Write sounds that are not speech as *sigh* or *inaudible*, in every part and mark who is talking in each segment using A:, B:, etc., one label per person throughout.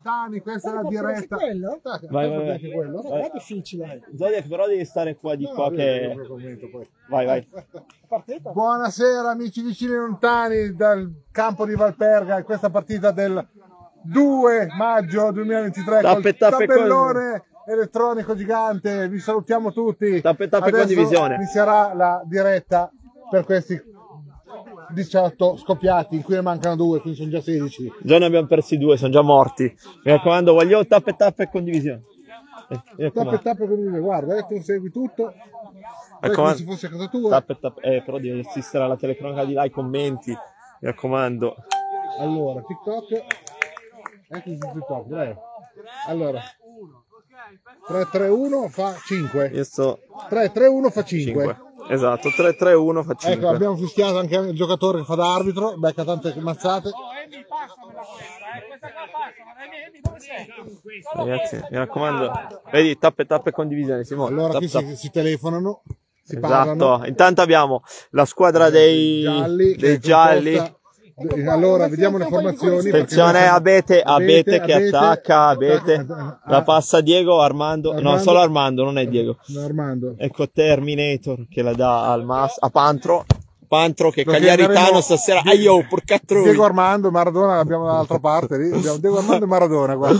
A: Dani, questa è la diretta.
B: Quello?
A: Dai,
C: Vai,
A: fai
C: vai,
A: anche
C: vai.
A: quello.
B: Non è difficile.
C: Zodiac, però devi stare qua di
A: No,
C: qua
A: io
C: che...
A: non commento poi.
C: Vai, vai.
B: Partita.
A: Buonasera amici vicini e lontani dal campo di Valperga in questa partita del 2 maggio 2023
C: Tappe,
A: col
C: tappe,
A: tabellone elettronico gigante. Vi salutiamo tutti.
C: Tappe, tappe,
A: Adesso
C: condivisione.
A: Inizierà la diretta per questi 18 scoppiati, in cui ne mancano due, quindi sono già 16.
C: Già ne abbiamo persi due, sono già morti. Mi raccomando, voglio tappe tappe e condivisione. Eh, Mi
A: Tappe
C: raccomando.
A: tappe condivisione, guarda, eh, tu segui tutto. Fai come
C: raccomando.
A: se fosse a casa tua.
C: Tappe tappe. Eh, però devi assistere alla telecronaca di là, i commenti. Mi raccomando.
A: Allora, TikTok. Ecco su TikTok, dai. Allora. 3-3-1 fa 5.
C: Io sto
A: 3-3-1 fa 5.
C: 5. Esatto, 3-3-1 fa 5.
A: Ecco, abbiamo fischiato anche il giocatore che fa da arbitro, becca tante mazzate.
C: Ragazzi, mi raccomando. Vedi, tappe tappe e condivisione, Simone.
A: Allora
C: Tap,
A: qui
C: tap.
A: si, si telefonano, si parlano.
C: Esatto. Intanto abbiamo la squadra dei
A: gialli. che
C: dei
A: è
C: gialli.
A: composta- de- Allora, vediamo le formazioni. perché
C: Attenzione
A: non-
C: Abete, Abete che
A: Abete,
C: attacca, Abete.
A: Ah, ah,
C: La passa Diego, Armando, no,
A: Armando.
C: solo Armando, non è Diego.
A: Armando.
C: Ecco Terminator che la dà al Mas, a Pantro. Pantro che
A: Perché
C: cagliaritano
A: andremo-
C: stasera. Ah, io, porca troia.
A: Diego Armando, Maradona, l'abbiamo dall'altra parte lì. Abbiamo Diego Armando e Maradona,
C: *laughs*
A: guarda.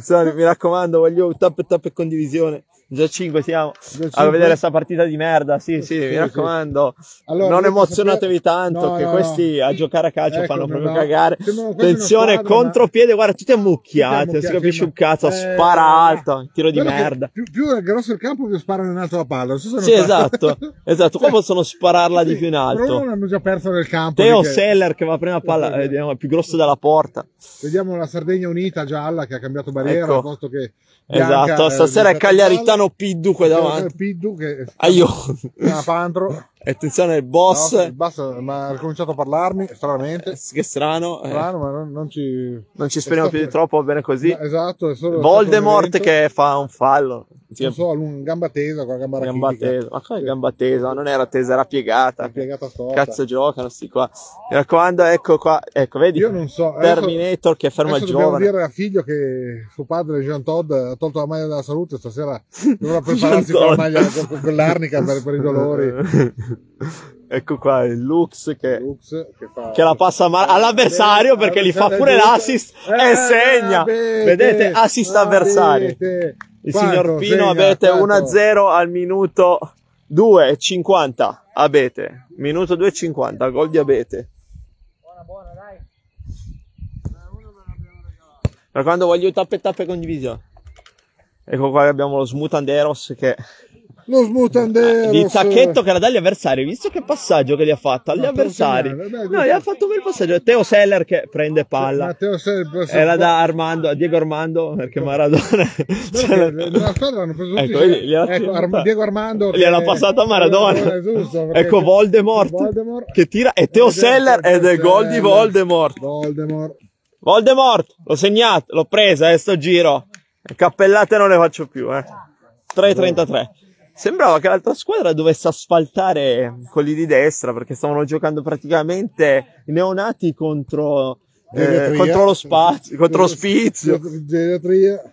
C: Sorry, mi raccomando, voglio un tap tap e condivisione. Già 5 siamo a
A: cinque.
C: vedere questa partita di merda. Sì, sì, mi
A: sì.
C: raccomando.
A: Allora,
C: non
A: volete
C: emozionatevi
A: sapere-
C: tanto,
A: No,
C: che
A: no,
C: questi
A: no.
C: a giocare a calcio
A: Ecco,
C: fanno
A: no,
C: proprio
A: no.
C: cagare.
A: Sembrano quasi
C: Attenzione,
A: una squadra, ma-
C: contropiede, guarda, tutte ammucchiate. Non si
A: Ammucchiate,
C: capisce
A: ma-
C: un cazzo.
A: Eh,
C: Spara alto, tiro di
A: Quello che
C: merda.
A: Più, più è grosso il campo, più sparano in alto la palla. Non so se
C: Sì,
A: non-
C: esatto, esatto. Qua possono spararla di
A: *laughs* Sì,
C: più in
A: Però non
C: alto.
A: hanno già perso nel campo.
C: Teo
A: perché-
C: Seller che va prima a palla, eh, è più grosso della porta.
A: Vediamo la Sardegna Unita gialla che ha cambiato barriera
C: Ecco.
A: al posto che. Bianca,
C: Esatto,
A: eh,
C: stasera è
A: Bianca
C: Cagliaritano Piddu qua
A: Palla,
C: davanti.
A: Piddu che
C: Aio.
A: è Pantro.
C: Ah, *laughs* Attenzione, il boss.
A: No, il basso, ma ha ricominciato a parlarmi, stranamente.
C: Che strano. eh.
A: Strano, ma non, non ci.
C: Non ci speriamo più di troppo, va bene così.
A: No, Esatto, è solo.
C: Voldemort
A: è stato un
C: che fa un fallo.
A: evento, Non so, lunga, gamba tesa con la gamba
C: Gamba
A: rachitica.
C: tesa. Ma come gamba tesa? Non era tesa, era piegata.
A: È piegata storta.
C: Cazzo giocano sti qua. Mi raccomando, ecco qua. Ecco, vedi?
A: Io non so. adesso-
C: Terminator che ferma il
A: Adesso dobbiamo
C: giovane.
A: dire a figlio che suo padre Jean Todd ha tolto la maglia della salute
C: *laughs*
A: stasera dovrà prepararsi con, la
C: Todd.
A: maglia, con, con l'arnica per, per i
C: *laughs*
A: dolori
C: ecco qua, il Lux che...
A: Lux, che, fa-
C: Eh,
A: Eh,
C: Che la passa male all'avversario perché gli fa pure l'assist e
A: eh,
C: segna.
A: Avete,
C: Vedete, assist avversario.
A: avete.
C: Il
A: Quanto
C: signor Pino
A: segna?
C: Abete
A: Quanto?
C: 1-0 al minuto 2,50. Abete, minuto 2,50, gol di Abete. Per quando voglio tappe tappe condivisione. Ecco qua che abbiamo lo Smutanderos che
A: Lo smutanderos
C: di tacchetto che la dà agli avversari. Hai Visto che passaggio che gli ha fatto agli
A: No, però
C: avversari.
A: segnale, dai,
C: No,
A: dai.
C: gli ha fatto un bel passaggio. Teo Seller che prende palla.
A: Matteo Serpa
C: Era da Armando, a Diego Armando,
A: *laughs*
C: perché Maradona.
A: Perché nella squadra hanno preso tutti
C: Cioè, Ecco,
A: cioè,
C: vedi, gliela-
A: ecco, Arma- Diego Armando che-
C: gliela ha passata a Maradona.
A: Eh, giusto, perché-
C: ecco Voldemort,
A: Voldemort. Eh,
C: che tira e Teo Seller ed è gol di Voldemort.
A: Voldemort
C: Voldemort, l'ho segnato, l'ho presa eh, sto giro. Cappellate non le faccio più, eh. 3-33. Sembrava che l'altra squadra dovesse asfaltare quelli di destra perché stavano giocando praticamente neonati contro, eh,
A: Geriatria.
C: contro lo spazio, contro lo spizio.
A: Geriatria.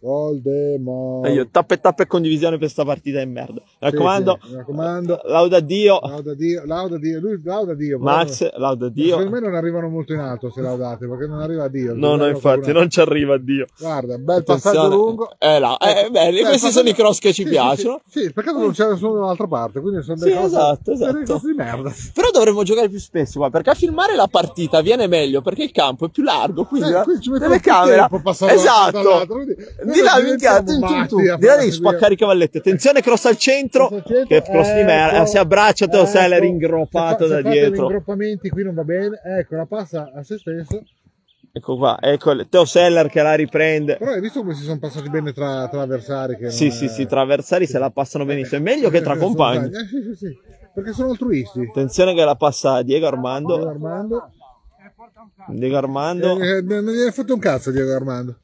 A: Voldemort.
C: Eh, Io, tappe tappe e condivisione per sta partita di merda. Mi raccomando,
A: sì, mi raccomando.
C: lauda Dio,
A: Lauda Dio, lauda Dio, lui lauda Dio. però-
C: Max, lauda
A: Secondo
C: Dio.
A: me non arrivano molto in alto se laudate, perché non arriva a Dio.
C: No, no,
A: Arriva
C: infatti,
A: qualcun altro.
C: non ci arriva Dio.
A: Guarda, bel passaggio
C: Attenzione.
A: lungo.
C: Eh, là, eh, belli,
A: Eh,
C: questi
A: passaggio-
C: sono i cross
A: *laughs*
C: che ci
A: Sì, sì,
C: piacciono.
A: Sì, sì, peccato non c'è nessuno dall'altra parte, quindi sono dei
C: Sì, esatto, esatto.
A: di merda.
C: Però dovremmo giocare più spesso qua, perché a filmare la partita viene meglio, perché il campo è più largo, quindi
A: Eh,
C: la
A: qui ci mettono
C: telecamera...
A: più tempo a passare da-
C: Esatto!
A: dall'altro, quindi-
C: Di là,
A: noi
C: minchia, tu,
A: diventiamo
C: tu, tu,
A: matti a
C: di
A: fare
C: là devi
A: queste
C: spaccare i cavalletti. Attenzione, cross al centro,
A: Cross al centro,
C: che cross di merda,
A: ecco,
C: si abbraccia, te Certo, lo sei
A: ecco.
C: ringroppato
A: Se fa- se
C: da
A: fate
C: dietro.
A: gli ingroppamenti qui non va bene. Ecco, la passa a se stesso.
C: Ecco qua, ecco il Teo Seller che la riprende.
A: Però hai visto come si sono passati bene tra, tra avversari? Che
C: Sì,
A: non
C: sì,
A: è-
C: sì, tra avversari se la passano benissimo, è meglio che tra
A: *laughs* sono
C: compagni.
A: Eh, sì, sì, sì. Perché sono altruisti.
C: Attenzione che la passa Diego
A: Diego
C: Armando.
A: Armando.
C: Diego Armando.
A: Eh, eh, non gliene ha fatto un cazzo Diego Armando.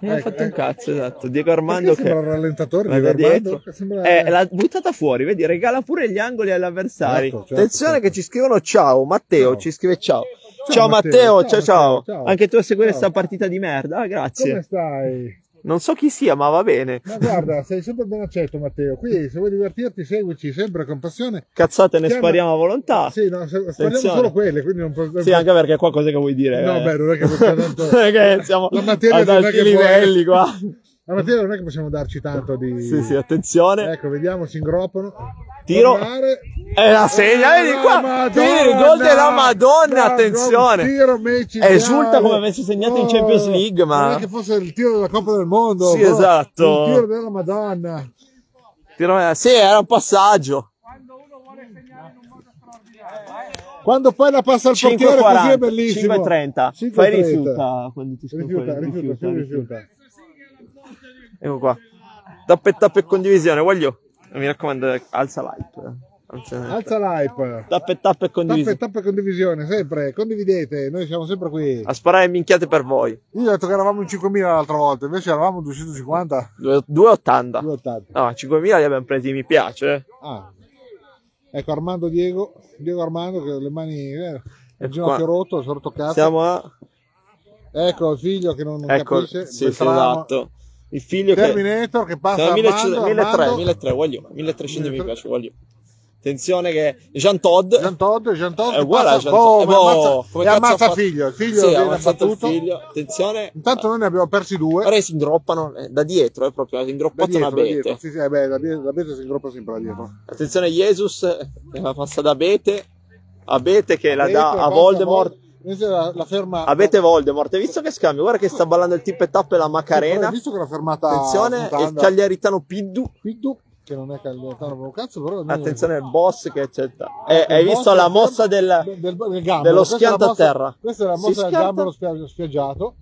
C: Eh, ha
A: ecco,
C: fatto un
A: ecco.
C: cazzo, esatto. Diego Armando
A: Perché sembra
C: che
A: un rallentatore
C: la
A: Diego
C: da
A: Armando?
C: dietro.
A: Sembra-
C: Eh, l'ha buttata fuori, vedi, regala pure gli angoli agli avversari.
A: Certo, certo,
C: Attenzione
A: certo.
C: che ci scrivono ciao, Matteo
A: Ciao.
C: ci scrive ciao. Ciao Matteo, ciao ciao.
A: Matteo,
C: Anche tu a seguire
A: Ciao.
C: sta partita di merda? Ah,
A: Come
C: grazie.
A: stai?
C: Non so chi sia, ma va bene.
A: Ma guarda, sei sempre ben accetto Matteo. Qui se vuoi divertirti seguici sempre con passione.
C: Cazzate ne
A: Chiama-
C: spariamo a volontà.
A: Sì, no, se- spariamo
C: Attenzione.
A: solo quelle, quindi non posso...
C: Sì, anche perché qua cos'è che vuoi dire?
A: No,
C: eh?
A: beh, non è che possiamo
C: *laughs*
A: tanto-
C: Perché siamo
A: La materia
C: ad
A: non è
C: alti
A: che può-
C: livelli qua.
A: La mattina non è che possiamo darci tanto di...
C: Sì, sì, attenzione.
A: Ecco, vediamo, si ingroppano.
C: Tiro.
A: Tornare.
C: E la segna,
A: Ah,
C: vedi
A: la
C: qua.
A: Madonna!
C: Tiri, gol della Madonna,
A: Madonna,
C: attenzione.
A: Tiro micidiale.
C: Esulta come avesse segnato in Champions League, ma-
A: Non è che fosse il tiro della Coppa del Mondo.
C: Sì,
A: boh,
C: esatto.
A: Il tiro della Madonna.
C: Tiro- Sì, era un passaggio.
A: Quando poi la passa al portiere così è
C: 5.40,
A: bellissimo.
C: 5.30.
A: 5.30.
C: Fai rifiuta quando ti scoppia.
A: Rifiuta, rifiuta, sì, rifiuta.
C: Ecco qua. Tappe tappe condivisione, voglio. Mi raccomando, alza l'hype. eh. Alza l'hype.
A: Alza l'hype.
C: Tappe tappe
A: Tappe,
C: condivisione.
A: tappe condivisione, sempre, condividete, noi siamo sempre qui.
C: A sparare minchiate per voi.
A: Io ho detto che eravamo in 5.000 l'altra volta, invece eravamo 250,
C: Due- 280.
A: 280.
C: No, 5.000 li abbiamo presi, mi piace. eh.
A: Ah. Ecco Armando Diego, Diego Armando che ha le mani, eh,
C: Ecco
A: il ginocchio
C: qua.
A: rotto, sono toccato.
C: Siamo a...
A: Ecco il figlio che non, non
C: Ecco,
A: capisce.
C: sì, sì,
A: Beltramo.
C: esatto. Il figlio che...
A: Terminator che passa
C: Siamo
A: a
C: a 1300, 1300,
A: 1300,
C: 1300, voglio. 1300 mi
A: 1300.
C: piace, voglio. Attenzione che Jean Todd...
A: Gian Todd, Gian Todd
C: è
A: che
C: uguale a
A: passa,
C: Jean Todd.
A: boh, ma
C: Eh, boh,
A: ammazza-
C: come
A: e
C: cazzo ha
A: ammazza
C: fatto?
A: figlio, il figlio
C: Sì, ha
A: viene
C: ammazzato il
A: abbattuto.
C: figlio. Attenzione. Ah,
A: Intanto noi ne abbiamo persi due.
C: Ora si ingroppano eh, da dietro, è proprio si
A: da
C: ingroppato
A: dietro,
C: una Ah,
A: da dietro.
C: bete.
A: Sì, sì, eh beh, la bete, la bete si ingroppa sempre da dietro.
C: Attenzione, Jesus eh, la passa da Abete. Abete che la
A: Bete,
C: dà a
A: passa,
C: Voldemort.
A: Vol- Invece la, la ferma.
C: Avete Voldemort, hai visto che scambio? Guarda che sta ballando il tip e tap e la
A: Hai
C: Macarena.
A: visto che l'ha fermata.
C: Attenzione, e il
A: puntando?
C: cagliaritano Piddu.
A: Piddu, che non è Cagliaritano per un cazzo, però. noi-
C: Attenzione, il boss che accetta. Eh, hai
A: Mm. Il
C: visto
A: boss
C: la
A: del-
C: mossa del.
A: del, del gambero.
C: dello
A: Questa è la
C: schianto a
A: mossa-
C: terra.
A: Questa è la
C: Si
A: mossa del
C: schianta.
A: gambero spia- spiaggiato.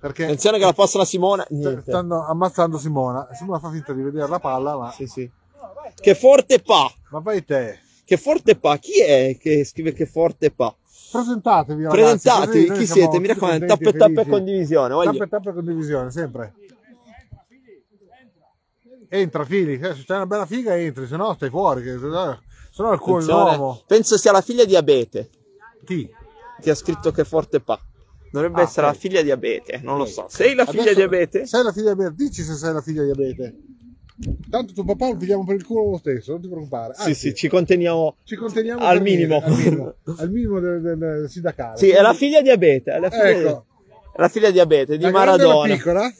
A: Perché
C: Attenzione che la passa la Simona.
A: st-
C: Niente.
A: stanno ammazzando Simona. Simona fa finta di vedere la palla, ma,
C: Sì, sì. Che forte pa!
A: ma vai te.
C: Che forte pa! Chi è che scrive che forte pa?
A: Presentatevi, ragazzi.
C: Presentatevi,
A: così noi
C: chi
A: siamo
C: siete? Mi
A: tutti
C: raccomando,
A: contenti
C: tappe
A: e
C: tappe
A: felici.
C: condivisione. Voglio.
A: Tappe tappe condivisione, sempre. Entra, Fili. eh, Se c'è una bella figa, entri, se no stai fuori. Che, se no- se no è il
C: Attenzione.
A: culo
C: Penso sia la figlia di Abete
A: Chi?
C: che ha scritto che forte pa. Dovrebbe
A: Ah,
C: essere
A: ok.
C: la figlia di Abete, non lo
A: Ok.
C: so. Sei la figlia
A: Adesso-
C: di Abete?
A: Sei la figlia di Abete, dici se sei la figlia di Abete. Tanto tuo papà lo pigliamo per il culo lo stesso, non ti preoccupare.
C: Sì,
A: Anzi,
C: sì, ci conteniamo.
A: ci conteniamo
C: al
A: per niente,
C: minimo.
A: al minimo, al minimo del, del sindacale.
C: Sì, è la figlia di Abete. È la figlia,
A: Ecco.
C: è la figlia di Abete, di
A: La grande o
C: Maradona.
A: La piccola?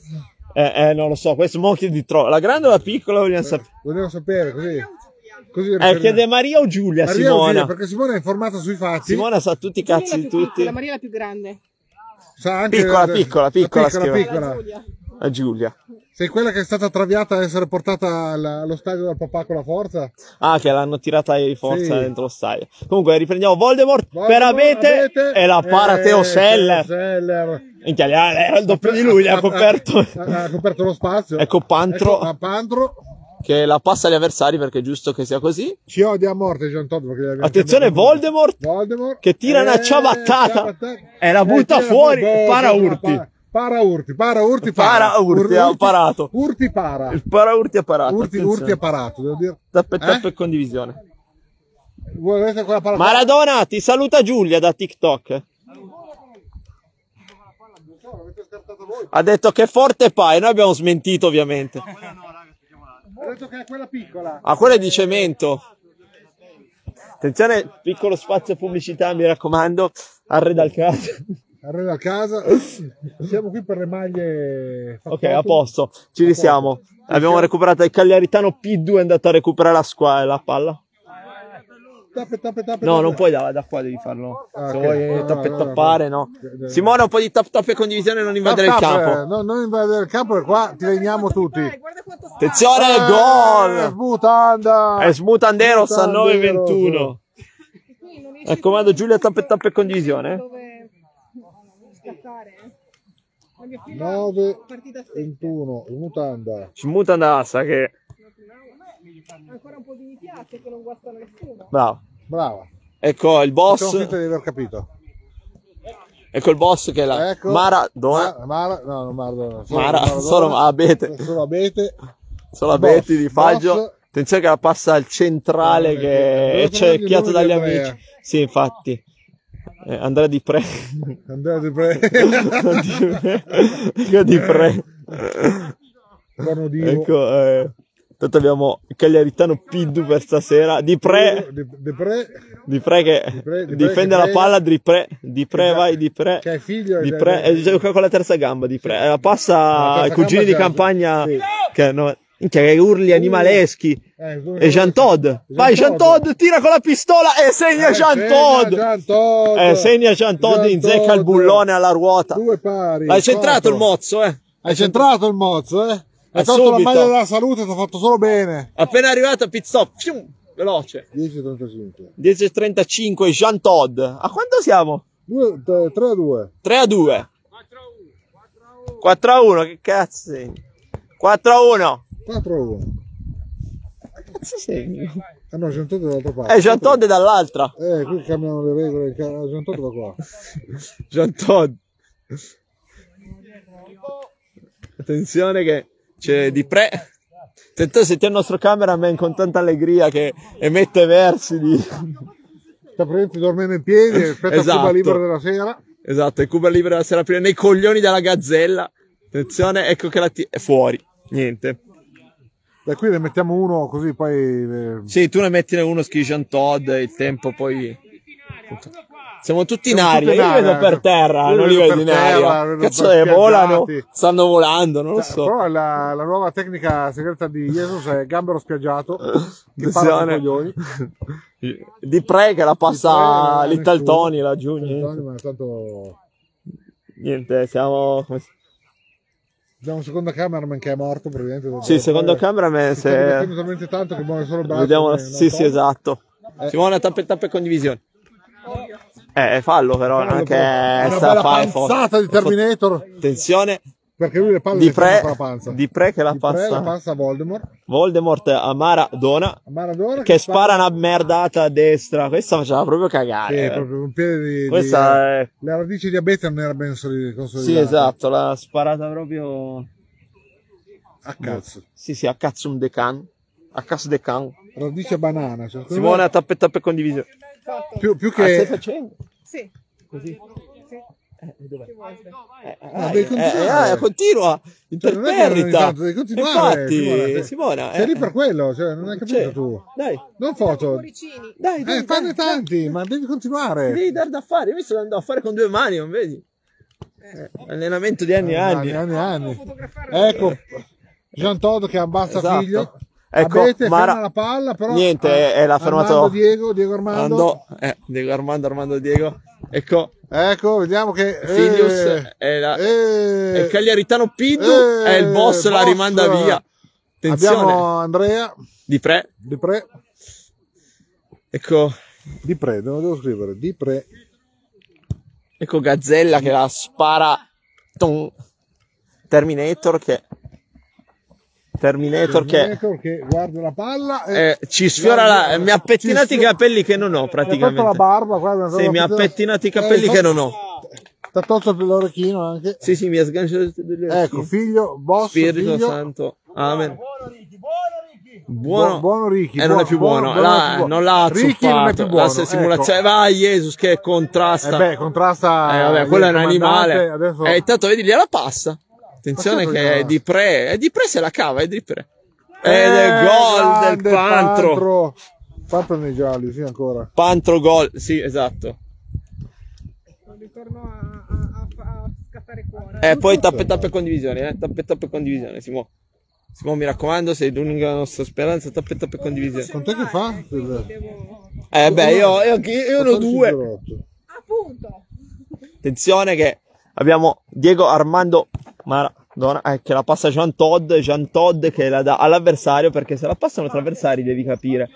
C: Eh, eh, non lo so, questo mo di troppo. La grande o la piccola vogliamo sapere.
A: Vogliamo sapere così. così
C: Eh, chiede Maria o Giulia,
A: Maria
C: Simona?
A: Eugenia, perché Simona è informata sui fatti.
C: Simona sa tutti i cazzi di tutti.
D: La Maria è la più grande.
A: sa anche
C: Piccola,
A: la-
C: piccola,
A: la
C: piccola,
A: piccola,
C: scrive.
A: piccola.
D: La Giulia.
C: A Eh, Giulia.
A: Sei quella che è stata traviata a essere portata alla- allo stadio dal papà con la forza?
C: Ah, che l'hanno tirata di forza
A: Sì.
C: dentro lo stadio. Comunque, riprendiamo Voldemort, per Abete,
A: Abete
C: e la para
A: e
C: Teo Seller.
A: Teo Seller.
C: Minchia, era eh, il doppio di
A: *laughs*
C: lui, l'ha coperto.
A: Ha, ha coperto lo spazio.
C: Ecco Pantro.
A: Ecco, a Pantro.
C: che la passa agli avversari perché è giusto che sia così.
A: Ci odia a morte Gian Todd perché gli abbiamo
C: Attenzione,
A: cambiato il
C: Voldemort,
A: nome. Voldemort.
C: che tira una
A: Eh,
C: ciabattata
A: ciabattata. Eh,
C: e la butta
A: tira
C: fuori.
A: boh,
C: para
A: tira
C: Urti.
A: pa- Para Urti, para Urti,
C: Para Urti, ha parato.
A: Urti para.
C: Il para Urti è parato.
A: Urti,
C: attenzione.
A: Urti è parato, devo dire.
C: Tappe, tappe
A: Eh?
C: e condivisione.
A: Volete quella parata?
C: Maradona, ti saluta Giulia da TikTok. Ha detto che forte pa e noi abbiamo smentito ovviamente.
A: Ho detto che è quella piccola.
C: Ah, quella è di cemento. Attenzione, piccolo spazio pubblicità, mi raccomando. Arreda il caso.
A: Arriva a
C: *laughs*
A: casa. Siamo qui per le maglie.
C: Ok,
A: Fattotum.
C: a posto, ci risiamo. Abbiamo recuperato il Cagliaritano P2 è andato a recuperare la, squa- la palla.
A: Tappe, tappe, tappe,
C: No,
A: tappe.
C: non puoi da, da qua devi farlo.
A: Ah,
C: Se
A: ok. No,
C: vuoi
A: no,
C: tappe
A: no, no.
C: tappare, no.
A: Ok,
C: Simone, un po' di tap tap e condivisione non invadere il
A: Tap, tap,
C: campo.
A: eh, no, non invadere il campo, perché qua ti legniamo tutti.
D: Guarda quanto sta.
C: Attenzione,
A: Eh,
C: gol!
A: Smutanda!
C: È Eh, Smutanderos a
A: Ah, Smutanderos.
C: 9-21.
D: Qui non riesci
C: Raccomando
D: più
C: Ecco, Giulia, tappe tappe e condivisione.
D: Dove scattare. eh. Ma mio figlio ha
A: 9
D: partita a sé.
A: 21 Smutanda.
C: Smutanderos che...
D: Ancora un po' di piatti che non guastano nessuno.
C: Bravo.
A: Brava.
C: Ecco
A: Facciamo
C: il boss.
A: finta di aver capito.
C: Ecco il boss che è la
A: Ecco.
C: Maradona.
A: Ma- Mara, no, non Maradona. Solo
C: Mara-
A: Maradona.
C: solo Abete.
A: Solo Abete.
C: Solo a Betti
A: Boss,
C: di Faggio.
A: boss.
C: Attenzione che la passa al centrale
A: Eh,
C: che
A: eh,
C: è
A: eh,
C: cerchiato
A: eh,
C: dagli
A: eh, eh,
C: amici. Sì, infatti. Eh, Andrea Di Pre.
A: Andrea Di
C: *laughs*
A: Pre.
C: Io Di Pre.
A: Buono Dio.
C: Ecco, eh, intanto abbiamo Cagliaritano Piddu per stasera. Di Pre,
A: Di, Di Pre.
C: Di Pre che
A: Di Pre- Di Pre
C: difende
A: che
C: la
A: prega.
C: palla, Di Pre, Di Pre
A: Esatto.
C: vai, Di Pre.
A: Che è figlio
C: Di
A: del-
C: Pre, e gioca con la terza gamba Di Pre. Eh, La
A: La
C: passa ai
A: terza gamba
C: cugini di
A: già-
C: campagna
A: sì.
C: che, no, minchia, che urli animaleschi.
A: Eh, come-
C: E Jean Todd, vai Jean Todd, tira con la pistola e segna
A: Eh,
C: Jean
A: segna
C: Todd.
A: Jean Todd.
C: Eh, segna Jean Todd,
A: Jean
C: inzecca il
A: Todd.
C: bullone alla ruota.
A: Due pari.
C: Hai centrato
A: quattro.
C: il mozzo, eh.
A: Hai centrato il mozzo, eh?
C: Ah,
A: Hai tolto
C: subito.
A: la maglia della salute, ti ha fatto solo bene.
C: Appena arrivato Pizzò, fium, veloce.
A: 10-35.
C: 10.35 Jean Todd. A quanto siamo?
A: 3-2.
C: 3 a 2. 4 a 1, che cazzo? segni? 4 a 1.
A: 4-1.
C: Cazzo segni?
A: Ah no, Jean Todt è dall'altra parte.
C: Eh, Jean Todd è dall'altra. *laughs*
A: Eh, qui cambiano le regole, il ca- Jean Todt va qua.
C: Jean Todd. Attenzione che c'è di pre. Sento senti il nostro cameraman con tanta allegria che emette versi di...
A: Sta prendendo dormendo in piedi, aspetta
C: Esatto.
A: Cuba libera della sera.
C: Esatto, e Cuba libera la sera prima nei coglioni della gazzella. Attenzione, ecco che la ti- è fuori. Niente.
A: Da qui ne mettiamo uno così poi... eh,
C: Sì, tu ne mettine uno schi Jean Todd, il tempo poi... Siamo tutti in
A: Siamo
C: aria,
A: tutti in
C: io li vedo
A: aria.
C: per terra,
A: Io
C: non li
A: li vedo
C: vedo in
A: per terra,
C: aria.
A: vedo
C: Cazzo,
A: per Certo.
C: eh, volano,
A: spiaggiati.
C: stanno volando, non lo so.
A: Però la, la nuova tecnica segreta di Jesus è gambero spiaggiato,
C: *laughs*
A: che parla con i coglioni.
C: Attenzione. *laughs* Di pre che la passa
A: Di pre,
C: Little
A: nessuno.
C: Tony laggiù,
A: Tony,
C: niente.
A: ma tanto...
C: Niente, siamo... come si-
A: Abbiamo un secondo cameraman che è morto praticamente.
C: Sì, secondo cameraman
A: Si sta divertendo
C: se...
A: talmente tanto che muove solo il braccio.
C: Vediamo... la-
A: eh, non
C: Sì,
A: so.
C: sì, esatto.
A: Eh.
C: Simona, tappe, tappe e condivisione. Eh, fallo però,
A: Una
C: anche
A: bella
C: sta fare
A: panzata di Terminator,
C: Attenzione,
A: perché lui le palle
C: di
A: le prende
C: pre,
A: con la panza.
C: di pre che la
A: Di pre la
C: passa
A: passa a Voldemort.
C: Voldemort a Maradona
A: Maradona
C: che spara una merdata a destra. Questa faceva proprio
A: Sì,
C: cagare. eh.
A: proprio un piede di- di-
C: Questa è
A: La radice di abete non era ben soli- consolidata.
C: Sì, esatto, l'ha sparata proprio
A: A cazzo.
C: Sì, sì, a cazzo un decan. A cazzo decan.
A: Radice banana. Cioè,
C: Simona tappe tappe condivisione.
D: Fatto.
A: Più, più
C: Ah, stai
A: che...
C: facendo?
D: Sì.
C: Così.
D: Sì. Che vuoi?
C: Eh,
A: Ma
C: eh,
A: devi
C: eh,
A: continuare.
C: eh, continua,
A: Cioè, non è che non ogni
C: interperita.
A: tanto devi continuare.
C: Infatti, Simona,
A: Sei
C: eh,
A: lì per quello, cioè, non hai capito
C: Cioè,
A: tu.
C: Dai,
A: Non foto.
D: Cuoricini.
C: dai, dai,
A: Eh,
C: dai,
A: fanne
C: dai.
A: tanti, ma devi continuare.
C: Devi dar da fare, io mi sto dando a fare con due mani, non vedi? Eh, allenamento di anni e anni.
A: Eh, anni, e
D: Devo
A: anni.
D: fotografarlo.
A: Ecco, Gian Todd che abbassa
C: Esatto.
A: figlio.
C: Ecco,
A: Abete
C: Mara-
A: ferma la palla, però...
C: Niente,
A: eh,
C: eh, l'ha fermato-
A: Armando Diego, Diego Armando.
C: Armando, eh, Diego Armando, Armando Diego. Ecco,
A: Ecco, vediamo che...
C: Filius
A: eh,
C: è la-
A: eh,
C: e il Cagliaritano Pindu
A: eh,
C: e il boss, la
A: boss.
C: rimanda via. Attenzione,
A: Abbiamo Andrea
C: di pre.
A: Di Pre.
C: Ecco,
A: Di Pre, devo, devo scrivere. Di Pre.
C: ecco Gazzella che la spara. Ton. Terminator che. Terminator che.
A: Ecco che guarda la palla. E...
C: eh, ci sfiora la. Mi ha pettinato
A: Ci
C: i
A: sfiora-
C: capelli che non ho
A: ha tolto la
C: praticamente.
A: barba, guarda,
C: Sì, mi ha pettinato i capelli che non ho.
A: Eh, Ti ha tolto l'orecchino anche.
C: Sì, sì, mi ha sganciato tutte e due le
A: Ecco,
C: orecchie.
A: figlio, boss,
C: Spirito
A: figlio.
C: Santo. Amen.
A: Buono, buono Ricky.
C: E Eh, non è più buono, Là, non l'ha
A: Ricky non è più
C: zuppato.
A: buono.
C: La sua simulazione. Vai, Jesus, che
A: Ecco. Eh
C: contrasta.
A: beh, contrasta.
C: Eh, vabbè, quello è un
A: il
C: animale.
A: comandante, Adesso...
C: E intanto vedi lì la passa. Attenzione
A: Ma
C: che
A: certo che
C: è
A: no.
C: di pre. È di pre se la cava, è di pre. Ed
A: Eh,
C: è gol
A: grande
C: del Pantro. Pantro,
A: Pantro. Pantro nei gialli, sì, ancora.
C: gol. Sì, esatto.
D: Ritorno a, a, a, a scattare cuore.
C: E Eh, poi tappe tappe condivisioni, eh. Tappe tappe condivisioni, Simo. Simo, mi raccomando, sei l'unica nostra speranza. Tappe tappe condivisioni.
A: Con te che fa?
D: Eh, Devo...
C: Eh beh, io, io, io, ne ho due.
A: 14-08.
D: Appunto.
C: Attenzione che abbiamo Diego Armando Maradona eh, che la passa Jean Todd, Jean Todd che la dà all'avversario perché se la passano tra avversari devi capire.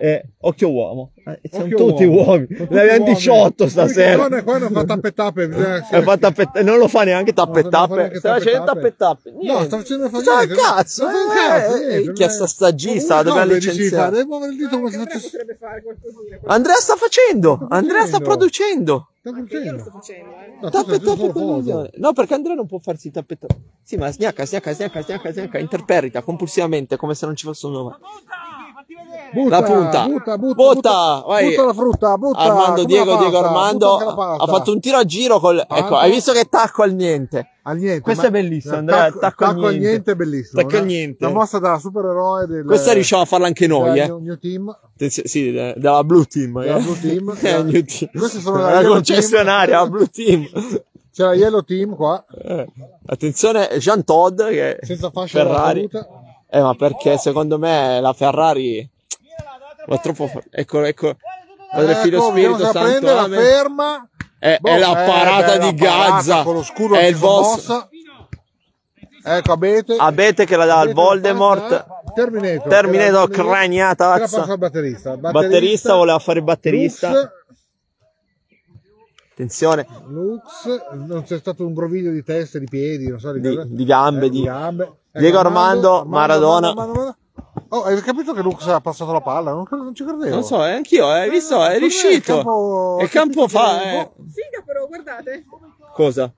C: Eh, occhio uomo, Eh, siamo
A: Occhio
C: tutti
A: uomo.
C: uomini,
A: Sono tutti
C: ne abbiamo
A: uomini.
C: 18
A: Ma
C: stasera.
A: perché Qua non fa tappe tappe. bisogna-
C: È fatta pe- non lo fa neanche
A: No,
C: tappe
A: non fa
C: tappe,
A: neanche
C: sta facendo
A: tappe
C: tappe tappe.
A: No, sta facendo fa
C: Sta
A: niente, no.
C: cazzo,
A: Non fa un
C: eh,
A: cazzo,
C: eh,
A: niente,
C: minchia,
A: non è-
C: sta stagista, la
A: Una
C: dobbiamo
A: cosa dici,
C: licenziare.
A: fa, Devi muovere il dito come se
D: Andrea
A: facesse...
D: potrebbe fare qualcosina.
C: Andrea sta facendo, Andrea sta
A: facendo.
C: producendo.
A: Sta
D: Io lo sto
A: facendo.
D: facendo, eh.
A: No, tu
C: Tappe
A: sei giusto
C: tappe
A: solo
C: condivisione.
A: foto.
C: No, perché Andrea non può farsi tappe tappe. Sì, ma sgnacca, sgnacca, sgnacca, sgnacca, sgnacca, interpreta compulsivamente come se non ci fosse un nome.
D: fatti vedere.
A: Butta,
C: la punta.
A: Butta, butta,
C: Butta, vai.
A: butta la frutta, butta.
C: Armando
A: come
C: Diego,
A: la pasta,
C: Diego Armando
A: butta anche la
C: ha
A: pasta.
C: fatto un tiro a giro col... Ecco, hai visto che tacco al niente.
A: Ah, niente,
C: Questo è bellissimo,
A: eh,
C: Andrea,
A: Tacco, tacco
C: tacco al
A: al
C: niente.
A: niente è bellissimo.
C: Tacco al
A: eh.
C: niente.
A: La mossa da supereroe del...
C: Questa riusciamo a farla anche noi,
A: della
C: eh.
A: New, New Team.
C: Attenzione, Sì, de- della Blue Team.
A: Della
C: eh.
A: Blue Team.
C: *laughs* Eh, New Team.
A: Queste sono
C: la
A: della Yellow
C: concessionaria, la
A: Team.
C: Blue Team.
A: C'è la Yellow Team qua,
C: Eh, Attenzione, Jean Todd che
A: senza fascia della
C: Ferrari.
A: salute.
C: Eh, ma perché secondo me la Ferrari va troppo forte. Ecco, ecco. Padre
A: Ecco,
C: Figlio
A: vediamo
C: Spirito
A: se la
C: Santo.
A: prende, la
C: Amen.
A: ferma.
C: È,
A: Boh,
C: è la
A: eh,
C: parata
A: beh,
C: di
A: la parata
C: Gaza.
A: Con lo scudo
C: è il boss.
A: Ecco, Abete.
C: Abete che la dà al
A: Abete
C: Voldemort.
A: passa. eh? Terminator.
C: Terminator,
A: Che la-
C: cragnata,
A: che la
C: azza.
A: passa al batterista.
C: Batterista voleva fare il batterista.
A: Lux,
C: Attenzione,
A: Lux, non c'è stato un groviglio di teste, di piedi, non so, di,
C: Di-
A: cosa.
C: di gambe, di-
A: Ecco,
C: Diego Armando, Maradona.
A: Oh, hai capito che Lux ha passato la palla? Non, non ci credevo.
C: non so, eh, anch'io, eh, hai visto, è
A: Cos'è il
C: riuscito.
A: campo-
C: E campo fa.
A: che- boh.
C: eh.
D: Figa però, guardate.
C: Cosa?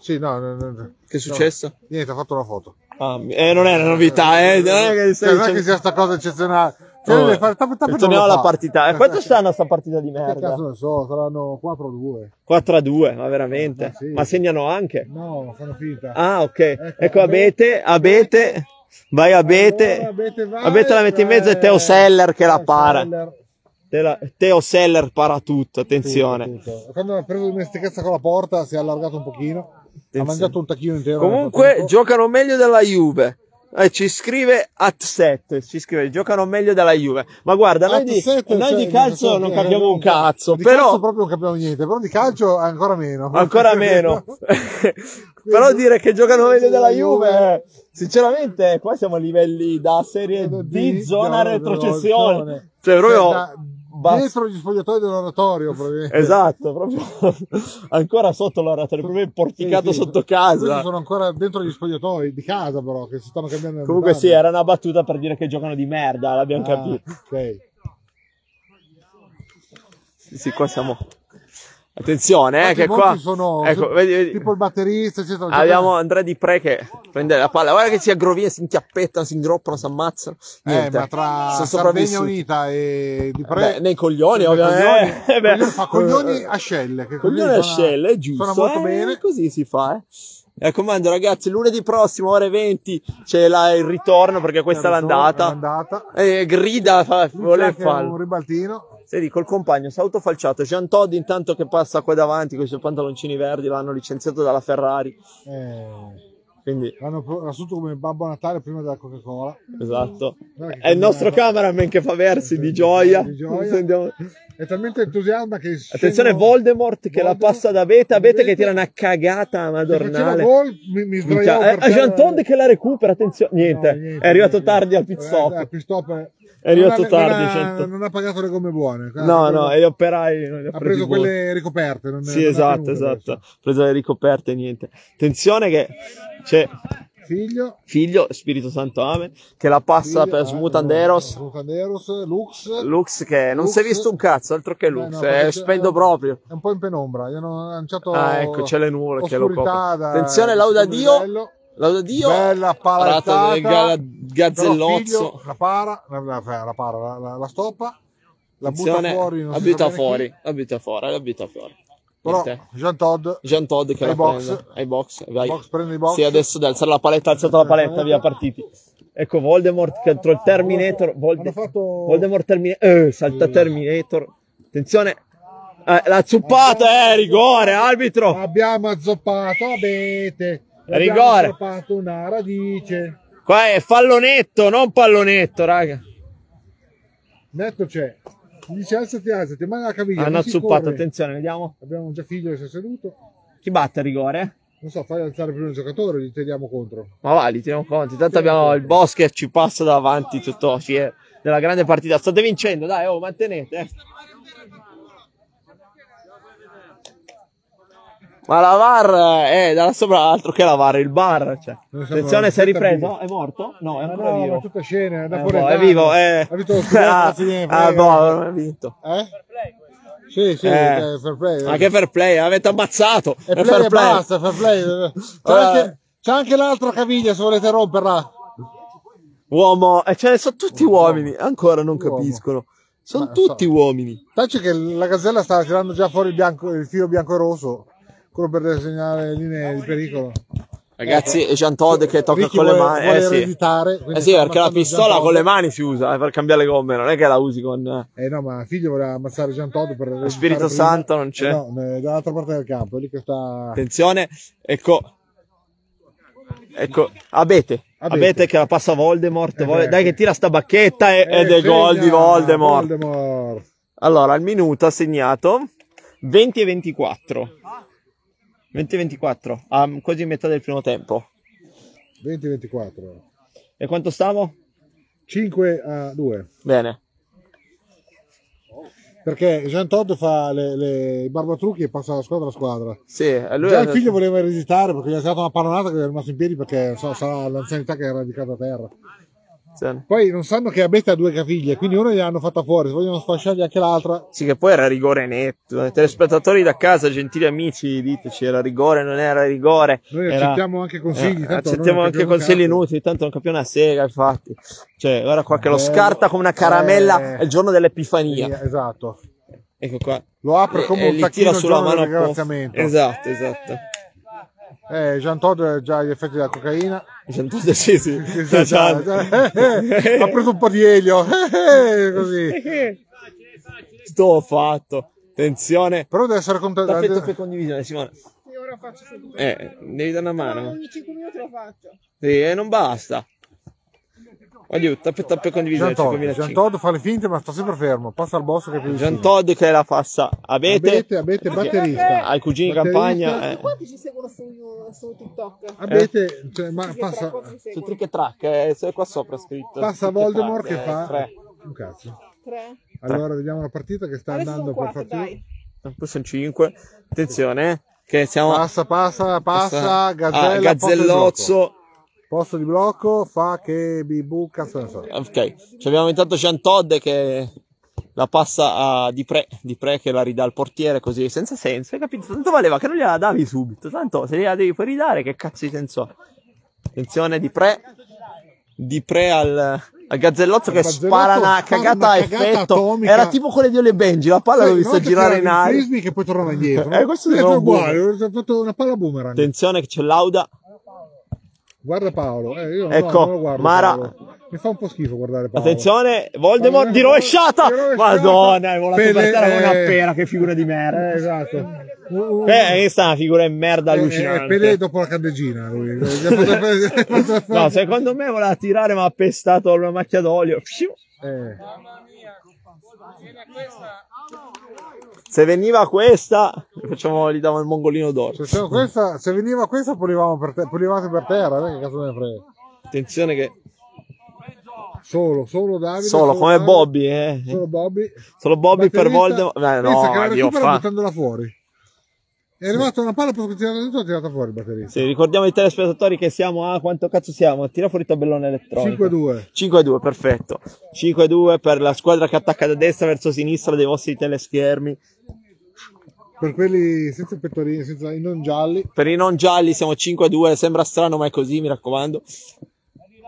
A: Sì, no, no, no, no.
C: Che è successo?
A: No, niente, ha fatto una foto.
C: Ah, mi- eh, non è una novità, eh. Non è che,
A: Cioè, non è che sia sta cosa eccezionale. Cioè,
C: Vabbè.
A: deve fare tappa, tappa,
C: Torniamo
A: non lo
C: alla
A: fa.
C: partita. Eh, Quanto stanno sta partita di
A: Che
C: merda?
A: cazzo ne so, saranno 4 o 2.
C: 4 a 2, ma veramente.
A: Ma Eh, sì.
C: Ma segnano anche.
A: No, fanno finta.
C: Ah, ok. Ecco,
A: Ecco,
C: Abete, Abete. Vai Abete.
A: Allora, Abete vai,
C: Abete la mette in mezzo e Teo Seller che la
A: Eh,
C: para.
A: Seller,
C: Te la- Teo Seller para tutto, attenzione.
A: tutto, tutto. Quando ha preso dimestichezza con la porta si è allargato un pochino. Ha mangiato un tacchino intero. nel
C: Comunque
A: frattempo.
C: giocano meglio della Juve. Eh, ci scrive at 7, ci scrive giocano meglio della Juve. Ma guarda, noi,
A: At
C: di,
A: sette,
C: noi
A: cioè,
C: di calcio non capiamo un cazzo,
A: Di
C: però
A: calcio proprio non capiamo niente, però di calcio ancora meno. *laughs*
C: ancora meno. però dire che giocano meglio della Juve, sinceramente qua siamo a livelli da serie
A: Eh,
C: di zona retrocessione. Cioè
A: da-
C: proprio bas-
A: dietro gli spogliatoi dell'oratorio probabilmente.
C: Esatto, proprio *laughs* ancora sotto l'oratorio, proprio porticato
A: Sì, sì.
C: sotto
A: Questi
C: casa.
A: sono ancora dentro gli spogliatoi di casa però che si stanno cambiando le
C: Comunque sì,
A: mutande.
C: era una battuta per dire che giocano di merda, l'abbiamo
A: Ah,
C: capito.
A: ok.
C: Sì, sì, qua siamo. Attenzione, eh,
A: Infatti
C: che
A: molti
C: qua.
A: sono
C: ecco, vedi, vedi.
A: tipo il batterista eccetera
C: Abbiamo Andrea Di Pre che prende la palla. Guarda che si aggrovia, si inchiappettano, si ingroppano, si ammazzano.
A: Eh,
C: Niente.
A: ma tra Sardegna
C: sono sopravvissuti.
A: Unita e di
C: Beh,
A: Pre
C: nei coglioni,
A: Nei
C: ovviamente.
A: coglioni.
C: Eh, beh. Eh,
A: Coglioni fa coglioni ascelle che così
C: Coglione
A: suona-
C: ascelle, è giusto.
A: suona molto
C: eh,
A: bene
C: Così si fa, eh. Mi raccomando, ragazzi, lunedì prossimo, ore 20, c'è la- il ritorno perché questa è
A: È
C: l'andata.
A: l'andata.
C: Eh, grida, fa, vuole
A: Anche un
C: fallo.
A: ribaltino
C: Senti, col compagno si è autofalciato. Jean Todd, intanto che passa qua davanti con i suoi pantaloncini verdi, l'hanno licenziato dalla Ferrari.
A: eh,
C: Quindi,
A: l'hanno pro- assunto come Babbo Natale prima della Coca-Cola
C: esatto.
A: Guarda che
C: È il nostro
A: combinato.
C: cameraman che fa versi
A: Sì,
C: di
A: sì,
C: gioia.
A: Esatto. di gioia.
C: Sentiamo-
A: è talmente entusiasma che
C: Attenzione,
A: scendono-
C: Voldemort che la
A: Voldemort.
C: passa da Beta. Beta che
A: Beta.
C: tira una cagata
A: Se faceva
C: madornale.
A: gol mi, mi
C: Minchia,
A: sdraiavo
C: eh,
A: per
C: Jean
A: terra.
C: Todd che la recupera. Attenzione, niente,
A: No, niente,
C: è arrivato
A: niente.
C: tardi al pit stop.
A: Eh, al pit stop è,
C: È arrivato
A: non ha-
C: tardi,
A: non ha,
C: certo.
A: non ha pagato le gomme buone Quindi
C: no,
A: ha preso-
C: no, e gli operai non li
A: ha
C: presi
A: preso
C: buoni.
A: quelle ricoperte non
C: Sì,
A: non ha
C: esatto,
A: tenute
C: esatto.
A: adesso.
C: Ha preso le ricoperte, niente. Attenzione che cioè, c'è
A: figlio ah,
C: figlio, Spirito Santo Amen, che la passa per Smutanderos.
A: Smutanderos Lux
C: Lux che non
A: Lux.
C: si è visto un cazzo, altro che
A: Eh,
C: Lux,
A: no,
C: è
A: perché c'è-
C: spento
A: eh,
C: proprio.
A: è un po' in penombra gli hanno lanciato
C: Ah, ecco, c'è le nuvole che
A: certo
C: lo
A: oscurità
C: coprono.
A: da-
C: Attenzione,
A: da
C: lauda
A: secondo
C: Dio.
A: livello.
C: Lauda Dio,
A: bella
C: parata
A: pala
C: del ga- gazzellozzo.
A: la para la, la- la para la, la- la stoppa la butta
C: Attenzione,
A: fuori non si
C: abita
A: sa bene chi.
C: fuori, abita fuori, abita fuori.
A: però
C: Niente.
A: Jean Todd
C: Jean Todd che
A: Ai
C: la
A: box.
C: prende ai box, vai.
A: box prende i box
C: Sì, adesso deve alzare la paletta, ha alzato la paletta, via partiti. Ecco Voldemort contro il Terminator. Volde-
A: Hanno fatto-
C: Voldemort Terminator. salta Terminator. Attenzione. Eh, la zuppata, eh, rigore, arbitro.
A: abbiamo azzoppato abete abbiamo
C: Rigore.
A: azzoppato una radice
C: Qua è fallonetto, non pallonetto, raga.
A: netto c'è gli dice alzati alzati ma la caviglia
C: Hanno
A: non si
C: zuppato,
A: corre.
C: attenzione, vediamo.
A: abbiamo già figlio che si è seduto
C: Chi batte il rigore?
A: non so fai alzare prima il giocatore gli teniamo contro
C: Ma va, li teniamo conti. Tanto abbiamo il boss che ci passa davanti tutto, sì, è nella grande partita. State vincendo, dai, oh, mantenete. eh. Ma la VAR eh, è da là sopra altro che la VAR, il bar. Cioè.
A: Non so,
C: Attenzione,
A: non
C: si è
A: si sta
C: ripreso?
A: vivo.
C: È morto? No, è
A: ma
C: ancora
A: no ma
C: vivo.
A: tutta scena è da
C: Eh,
A: fuori
C: boh, è vivo, eh.
A: ha vinto lo scudetto,
C: *laughs* ah,
A: cazzo, gliene
C: ah,
A: frega.
C: boh, ha vinto.
A: eh? sì sì
C: Eh.
A: eh, fair play
C: Ma che fair play, avete ammazzato.
A: E
C: È
A: play
C: fair
A: e
C: play.
A: basta,
C: *laughs*
A: fair play. C'è,
C: Ora-
A: anche, c'è anche l'altra caviglia se volete romperla.
C: Uomo, e cioè sono tutti
A: Uomo.
C: uomini, ancora non
A: Uomo.
C: capiscono. Sono
A: Ma,
C: tutti
A: so.
C: uomini.
A: Tacci che la gazzella stava tirando già fuori il, bianco, il filo bianco e rosso, quello per disegnare le linee di pericolo.
C: Ragazzi, e Jean Todd che tocca
A: Eh, Ricky
C: con le
A: vuole-
C: mani.
A: vuole
C: Eh sì.
A: ereditare, quindi
C: Eh sì,
A: sta
C: perché la
A: ammazzando
C: pistola
A: Jean
C: con le
A: Todd.
C: mani si usa eh, per cambiare le gomme, non è che la usi con.
A: Eh no, ma il figlio voleva ammazzare Gian Todd per... Lo
C: Spirito Santo cioè. Eh, non c'è.
A: no, eh, dall'altra parte del campo, è lì che sta...
C: Attenzione, ecco. Ecco, Abete.
A: Abete.
C: Abete che la passa a Voldemort.
A: Eh,
C: Vol-
A: beh,
C: Dai,
A: sì.
C: che tira sta bacchetta e- ed è
A: Eh,
C: gol
A: segna,
C: di Voldemort.
A: Voldemort.
C: Allora, al minuto ha segnato 20 e 24. 20 e 24, a quasi metà del primo tempo.
A: 20-24.
C: E quanto stavo?
A: 5 a 2.
C: Bene.
A: Perché Jean Todd fa le, le- i barbatrucchi e passa da squadra a squadra.
C: Sì, e lui
A: Già
C: ha
A: il
C: detto-
A: figlio voleva ereditare perché gli ha dato una pallonata che è rimasto in piedi perché non so, sarà l'anzianità che era radicata a terra.
C: Attenzione.
A: Poi non sanno che Abete ha due caviglie, quindi una gliel'hanno fatta fuori, se vogliono sfasciargli anche l'altra.
C: Sì, che poi era rigore netto. Telespettatori da casa, gentili amici, diteci, era rigore, non era rigore.
A: Noi
C: Era-
A: accettiamo anche consigli.
C: Eh,
A: tanto
C: accettiamo
A: noi
C: anche
A: abbiamo
C: consigli
A: campo.
C: inutili, tanto non capiamo una sega, infatti. Cioè, guarda qua che lo
A: Eh,
C: scarta come una caramella,
A: eh.
C: è il giorno dell'epifania.
A: Sì, esatto.
C: Ecco qua.
A: Lo apre come
C: E- e
A: un
C: gli
A: tacchino il
C: tira sulla
A: giorno
C: mano
A: del
C: apposta.
A: ringraziamento.
C: Esatto, esatto.
A: Eh, Jean Todd ha già gli effetti della
C: *laughs*
A: cocaina.
C: Sentite, sì, sì.
A: *laughs* Esatto,
C: *laughs*
A: già- *laughs* ha preso un po' di elio. *laughs* Così.
C: Sto fatto. Attenzione.
A: Però deve essere contento.
C: Tappetto per condivisione, Simone.
D: Sì, ora faccio subito.
C: Eh, devi dare una mano.
D: Ogni 5 minuti lo faccio.
C: Sì, e non basta. Voglio tappetto per condivisione.
A: Jean Todd,
C: 5.005.
A: Jean Todd fa le finte ma sta sempre fermo. Passa al boss che è più vicino.
C: Gian Todd che la passa. Abete.
A: Abete, Abete, batterista.
C: Ai cugini in
A: Batterista.
C: campagna. Eh.
D: Quanti ci seguono su, su TikTok?
A: Abete, cioè, ma
D: Sì, che tra
A: passa,
D: poco mi
C: Su
D: seguono.
C: Trick e Track, eh, se- qua sopra è scritto.
A: passa
C: Trick e
A: Voldemort
C: Track,
A: che
C: eh,
A: fa...
C: tre.
A: Un cazzo.
D: Tre.
A: Allora vediamo la partita che sta
D: Adesso
A: andando
D: sono
A: per
D: quattro,
A: partire.
D: dai.
C: No, Poi sono 5. Attenzione, eh, che siamo.
A: Passa, passa,
C: passa-
A: passa,
C: ah,
A: gazzella, posto di blocco.
C: Gazzellozzo.
A: Posto di blocco, fa che bibu, cazzo ne so.
C: Ok, ci abbiamo intanto Jean Todd che la passa a Di Pre, Di Pre che la ridà al portiere così, senza senso, hai capito? Tanto valeva che non gliela davi subito, tanto se gliela devi poi ridare che cazzo di senso ha? Attenzione Di Pre, Di Pre al, al gazzellozzo
A: Al
C: che
A: gazzellozzo
C: spara una
A: fa
C: cagata
A: una
C: a
A: cagata
C: effetto,
A: atomica.
C: era tipo quelle di Ole Benji, la palla l'ho
A: Sai,
C: vista
A: notte
C: girare in
A: tirava i
C: aria.
A: frisbee che poi tornava *laughs* indietro.
C: Eh, questo
A: è
C: era un
A: uguale, ho fatto una palla boomerang.
C: Attenzione che c'è Lauda,
A: Guarda Paolo, eh, io no,
C: Ecco,
A: non lo guardo,
C: Mara-
A: Paolo. Mi fa un po' schifo guardare Paolo.
C: attenzione, Voldemort di rovesciata,
A: Di rovesciata.
C: madonna, è volato
A: Pele-
C: per terra come una
A: eh.
C: pera, che figura di merda.
A: Eh, esatto. Uh, uh,
C: Beh, questa Eh, è una figura di merda
A: eh,
C: allucinante.
A: eh, Pelé dopo la candeggina
C: *laughs*
A: lui. Gli ha fatto-
C: No, secondo me voleva tirare, ma ha pestato una macchia d'olio. Pshiu.
A: Eh,
C: Se veniva questa, gli facciamo, gli davo il mongolino d'oro.
A: se, c'era questa- se veniva questa pulivamo per, te- pulivate per terra, eh, che cazzo ne frega.
C: Attenzione che
A: Solo, solo Davide.
C: solo come
A: Davide,
C: Bobby, eh.
A: Solo Bobby.
C: Solo Bobby per
A: Batterista,
C: Voldemort. Eh,
A: pensa
C: no,
A: che la
C: addio,
A: recupera
C: fa.
A: buttandola fuori. È arrivata una palla, poi tirata dentro, ha tirata fuori il batterista.
C: Sì, ricordiamo ai telespettatori che siamo a quanto cazzo siamo? Tira fuori il tabellone elettronico.
A: 5-2.
C: 5-2, perfetto. 5-2 per la squadra che attacca da destra verso sinistra dei vostri teleschermi.
A: Per quelli senza pettorini, senza i non gialli.
C: Per i non gialli siamo 5-2, sembra strano ma è così, mi raccomando.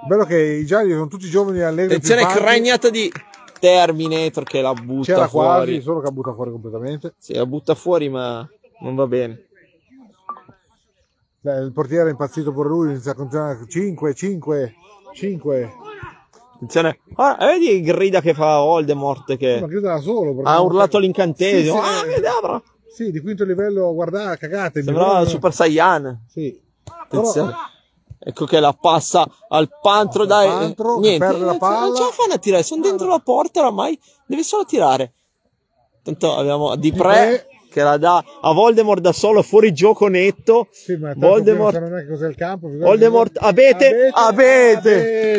A: Bello che i gialli sono tutti giovani e allegri.
C: Attenzione,
A: pimpanti.
C: cragnata di Terminator che la butta
A: C'era
C: fuori.
A: quasi, solo che ha buttato fuori completamente.
C: Sì, la butta fuori, ma non va bene.
A: Beh, il portiere è impazzito per lui, inizia a continuare. 5, 5, 5.
C: Attenzione, ah, vedi il grida che fa Voldemort
A: Ma
C: che
A: chiude da solo. perché-
C: Eh. ha urlato l'incantesimo.
A: Sì, sì.
C: Ah, cadabra!
A: Sì, di quinto livello, guardate, cagate.
C: Sembrava Super Saiyan.
A: Sì.
C: Attenzione. Ecco che la passa al pantro, dai. eh,
A: Pantro,
C: niente,
A: perde la
C: non ce- non
A: palla.
C: ce la fanno a tirare, sono dentro la porta oramai, deve solo tirare. Tanto abbiamo Di Pre
A: Pre.
C: che la dà a Voldemort da solo, fuori gioco netto.
A: Sì, ma tanto
C: Voldemort,
A: prima non sanno neanche cos'è il campo. bisogna-
C: Voldemort, abete, abete.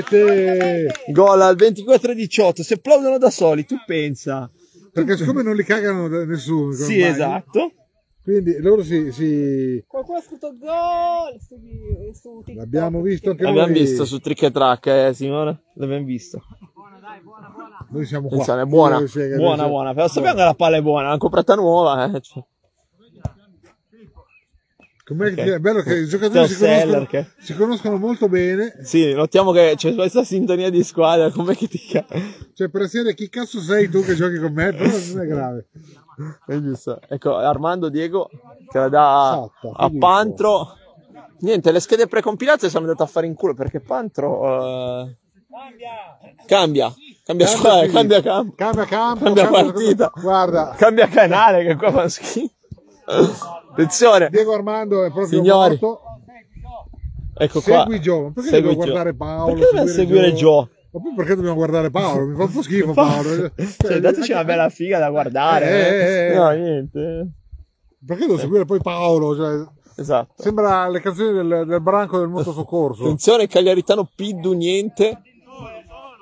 A: Abete!
C: Gol al 24-18, si applaudono da soli, tu pensa.
A: Perché siccome non li cagano da nessuno. come
C: Sì,
A: ormai,
C: esatto.
A: Quindi loro si... si...
D: Qualcuno ha scritto gol su, su TikTok.
A: L'abbiamo visto anche
C: L'abbiamo
A: noi.
C: visto su Trick e Track, eh, Simone? L'abbiamo visto.
A: Noi siamo qua.
C: Attenzione, buona,
A: Io che-
C: buona, buona. Però sappiamo che la palla è buona, l'hanno comprata nuova. eh, cioè.
A: Com'è
C: Ok.
A: che è bello che i giocatori si conoscono,
C: Seller che-
A: si conoscono molto bene.
C: Sì, notiamo che c'è questa sintonia di squadra, com'è che ti ca-
A: Cioè, per essere chi cazzo sei tu che giochi con me, però non è grave.
C: È giusto. Ecco, Armando, Diego, che la dà
A: Esatto,
C: a
A: finisco.
C: Pantro. Niente, le schede precompilate siamo andati a fare in culo perché Pantro... eh, Cambia! Cambia squadra,
A: Filippo.
C: cambia campo.
A: Cambia campo,
C: Cambia
A: cambia-
C: partita.
A: Guarda,
C: Cambia canale che qua fa schifo. Attenzione.
A: Diego Armando è proprio
C: Signori,
A: morto.
C: Ecco qua.
A: Segui Gio, ma perché
C: Segui
A: dobbiamo
C: Gio.
A: guardare Paolo?
C: Perché dobbiamo seguire Gio?
A: Ma poi perché dobbiamo guardare Paolo? Mi fa un po' schifo Paolo.
C: *laughs* Cioè, dateci una bella figa da guardare.
A: Eh, eh, eh.
C: No, niente.
A: Perché devo seguire poi Paolo? Cioè,
C: Esatto.
A: sembra le canzoni del, del branco del mutuo soccorso.
C: Attenzione, Cagliaritano Piddu niente.